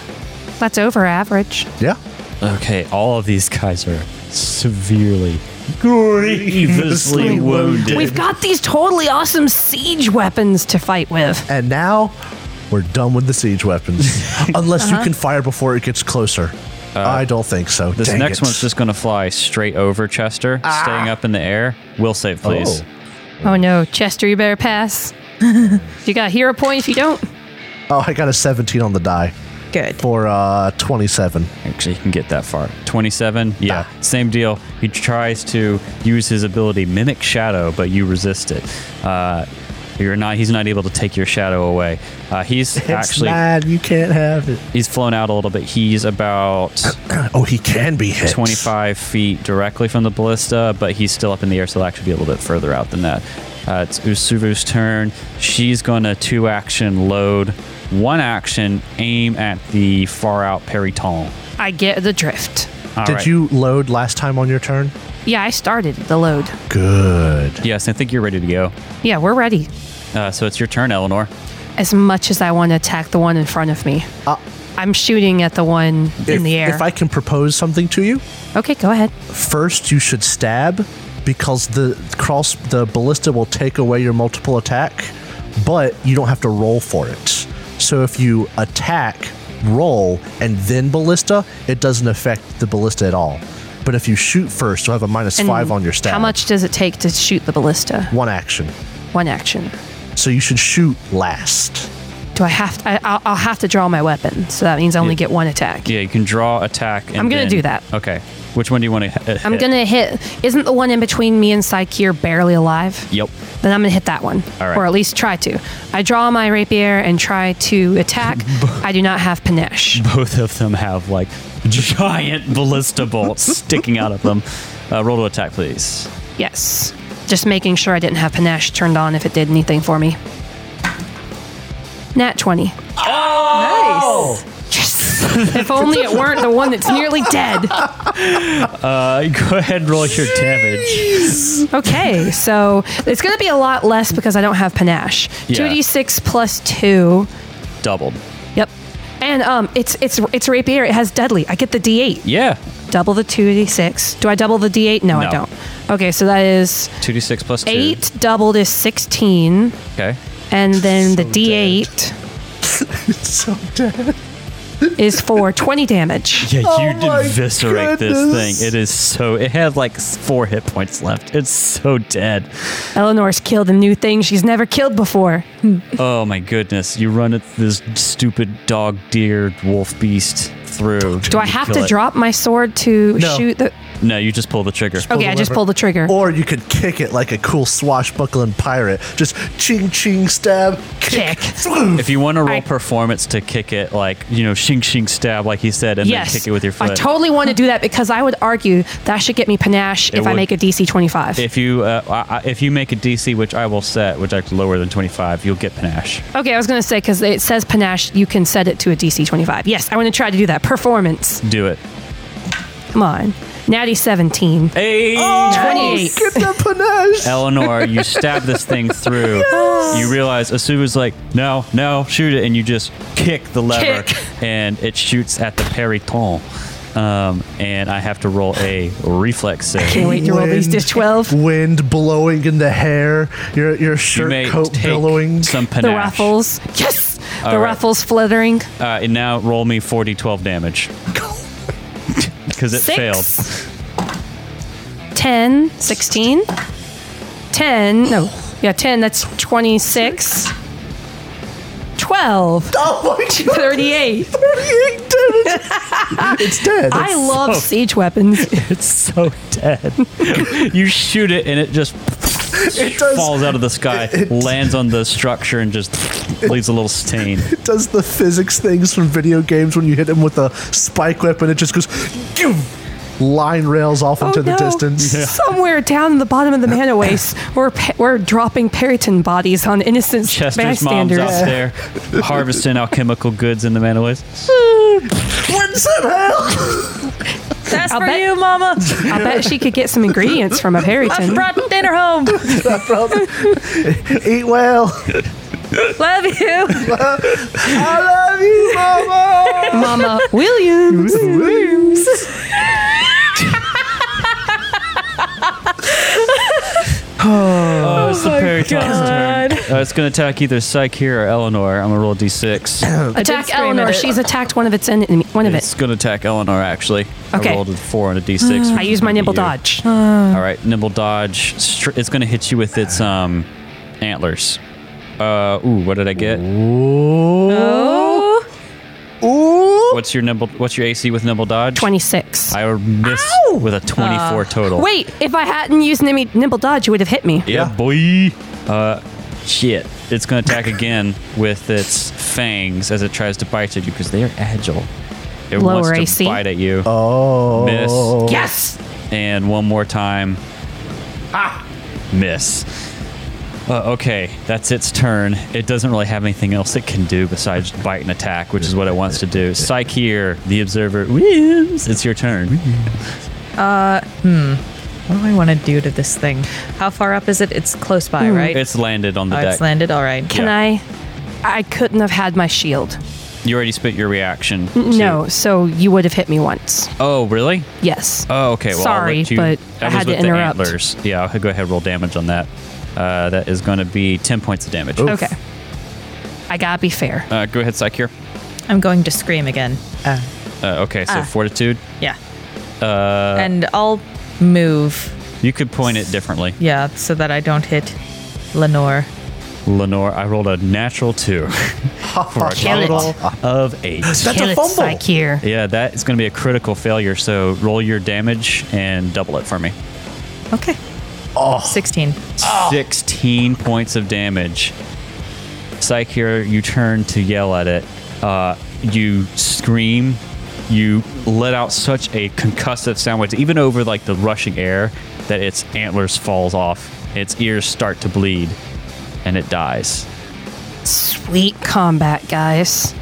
That's over average. Yeah. okay, all of these guys are severely, grievously wounded. We've got these totally awesome siege weapons to fight with. And now we're done with the siege weapons. Unless you can fire before it gets closer. I don't think so. Uh, this Dang next it. one's just going to fly straight over Chester, staying up in the air. Will save, please. Oh. Oh no, Chester, you better pass. you got hero point if you don't. Oh, I got a 17 on the die Good. for uh 27. Actually, he can get that far. Ah. 27. Yeah, same deal. He tries to use his ability Mimic Shadow, but you resist it. Uh, you're not. He's not able to take your shadow away. Uh, he's actually mad. You can't have it. he's flown out a little bit. He's about Oh, he can be hit. 25 feet directly from the ballista, but he's still up in the air, so he'll actually be a little bit further out than that. Uh, it's Usuvu's turn. She's going to two action load, one action aim at the far out periton. I get the drift. All Did right. you load last time on your turn? Yeah, I started the load. Good. Yes, I think you're ready to go. Yeah, we're ready. Uh, so it's your turn, Eleanor. As much as I want to attack the one in front of me, I'm shooting at the one in the air. Uh, If I can propose something to you, okay, go ahead. first you should stab because the cross the ballista will take away your multiple attack, but you don't have to roll for it. So if you attack, roll, and then ballista, it doesn't affect the ballista at all. But if you shoot first, you'll have a minus five on your stab. How much does it take to shoot the ballista? One action. One action. So you should shoot last. Do I have to? I, I'll, I'll have to draw my weapon, so that means I only get one attack. Yeah, you can draw, attack. And I'm gonna then- do that. Okay. Which one do you want to? I'm gonna hit. Isn't the one in between me and Saikir barely alive? Yep. Then I'm gonna hit that one, All right. or at least try to. I draw my rapier and try to attack. I do not have panache. Both of them have like giant ballista bolts sticking out of them. Uh, roll to attack, please. Yes, just making sure I didn't have panache turned on if it did anything for me. Nat twenty. Nice. Yes. if only it weren't the one that's nearly dead. Uh, go ahead and roll your damage. Okay, so it's gonna be a lot less because I don't have panache. Yeah. Two d six plus two. Doubled. Yep. And um, it's it's it's rapier. It has deadly. I get the d8. Yeah. Double the two d6. Do I double the d8? No, No. I don't. Okay, so that is 2d6 plus 2. eight doubled is sixteen, Okay. and then the d8 So dead. is for twenty damage. Yeah, you my eviscerate this goodness. thing. It is so. It had like s- four hit points left. It's so dead. Eleanor's killed a new thing she's never killed before. Oh my goodness. You run at this stupid dog, deer, wolf beast through. Do I have to drop? drop my sword to No. shoot the? No, you just pull the trigger. Okay, I just lever. pulled the trigger. Or you could kick it like a cool swashbuckling pirate. Just ching ching stab kick. Kick. Swoosh. If you want to roll I- performance to kick it, like you know, shing shing stab, like he said, and yes, then kick it with your foot. I totally want to do that because I would argue that should get me panache if I would. make a DC 25. if you uh, I, I- if you make a DC, which I will set, which I have to lower than twenty five, you'll get panache. okay, I was going to say because it says panache, you can set it to a DC 25. Yes, I want to try to do that. Performance. Do it. Come on. Natty 17. Hey, Oh. 28. Get that panache. Eleanor, you stab this thing through. You realize Asuba's like, no, no, shoot it, and you just kick the lever, Kick. and it shoots at the periton. Um, and I have to roll a reflex save. Can't wait to roll these Wind. dish 12. Wind blowing in the hair. Your your You shirt may coat take billowing. some panache. The ruffles. Yes! All the right. ruffles fluttering. Uh, and now roll me 40 12 damage. Because it Six. failed. 10, 16, 10, no, yeah, 10, that's 26, 12, Oh my god! 38. Thirty-eight damage. it's dead. I love siege weapons. It's so dead. you shoot it and it just It does- falls out of the sky, it- it- lands on the structure, and just leaves a little stain. It does the physics things from video games when you hit him with a spike weapon. It just goes. "Goo!" Line rails off Oh, into the distance. Oh, Somewhere down in the bottom of the mana waste, we're, pe- we're dropping periton bodies on innocent Chester's mom's bystanders. out there harvesting alchemical goods in the manoways. What's that hell? That's I'll for bet- you, Mama. I bet she could get some ingredients from a periton. Brought dinner home. Eat well. Love you. I love you, Mama. Mama Williams. Oh, it's the Periton's turn. Uh, it's going to attack either Psyche or Eleanor. I'm going to roll a d6. Attack scream Eleanor. at it. She's attacked one of its enemy. One of it's it. going to attack Eleanor, actually. I Okay. Ah. rolled a 4 and a d6. I use my nimble dodge. All right, nimble dodge. Str- It's going to hit you with its um antlers. Uh, ooh, what did I Oh. get? Ooh. What's your nimble? What's your AC with nimble dodge? 26. I missed with a 24 total. Uh, Wait, if I hadn't used nimble, nimble dodge, you would have hit me. Yeah, boy. Uh, shit. It's going to attack again with its fangs as it tries to bite at you because they are agile. It wants Lower to AC. bite at you. Oh. Miss. Yes. And one more time. Ah! Miss. Uh, okay, that's its turn. It doesn't really have anything else it can do besides bite and attack, which is what it wants to do. Psyche here, the observer wins. It's your turn. What do I want to do to this thing? How far up is it? It's close by, right? Hmm. It's landed on the oh, deck. it's landed. All right. Can Yeah. I? I couldn't have had my shield. You already spit your reaction. Mm, No, to- so you would have hit me once. Oh, really? Yes. Oh, okay. Well, I'll Sorry, let you- but that I was had with to interrupt. The antlers. Yeah, I'll go ahead roll damage on that. Uh, that is going to be 10 points of damage. Okay. I gotta be fair. Uh, go ahead, Psyche here. I'm going to scream again. Uh, okay, so Ah. fortitude. Yeah. Uh, and I'll move. You could point it differently. Yeah, so that I don't hit Lenore. Lenore, I rolled a natural two for a Kill it. total of eight. That's a fumble. here. Yeah, that is going to be a critical failure. So roll your damage and double it for me. Okay. Oh. 16. 16 points of damage. Psyche, here, you turn to yell at it. Uh, you scream. You let out such a concussive sound, which even over like the rushing air, that its antlers falls off. Its ears start to bleed, and it dies. Sweet combat, guys.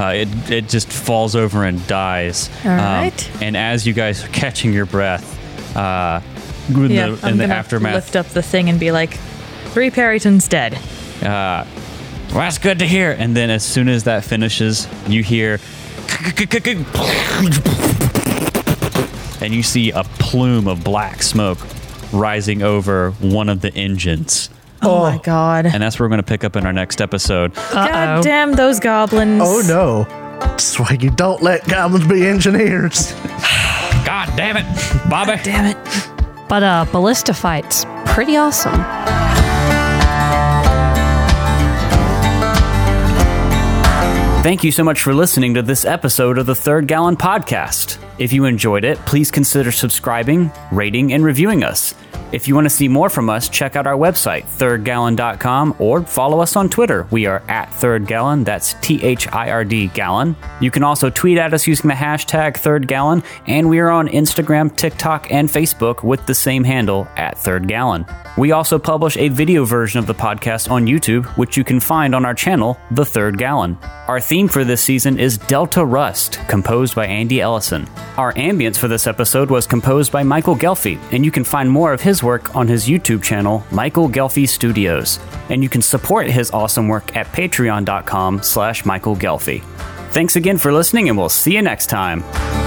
Uh, it, it just falls over and dies. Um, All right. And as you guys are catching your breath, uh, in Yeah, the, I'm in the gonna aftermath, lift up the thing and be like, three Perryton's dead. Well, that's good to hear. And then as soon as that finishes, you hear. And you see a plume of black smoke rising over one of the engines. Oh, my god. And that's where we're going to pick up in our next episode. God damn those goblins. Oh no. That's why you don't let goblins be engineers. God damn it, Bobby. But uh, ballista fights, pretty awesome. Thank you so much for listening to this episode of the Third Gallon Podcast. If you enjoyed it, please consider subscribing, rating, and reviewing us. If you want to see more from us, check out our website, thirdgallon.com, or follow us on Twitter. We are at thirdgallon, that's T H I R D gallon. You can also tweet at us using the hashtag thirdgallon, and we are on Instagram, TikTok, and Facebook with the same handle, at thirdgallon. We also publish a video version of the podcast on YouTube, which you can find on our channel, The Third Gallon. Our theme for this season is Delta Rust, composed by Andy Ellison. Our ambience for this episode was composed by Michael Gelfie, and you can find more of his work on his YouTube channel, Michael Gelfie Studios. And you can support his awesome work at patreon.com slash Michael Gelfie. Thanks again for listening, and we'll see you next time.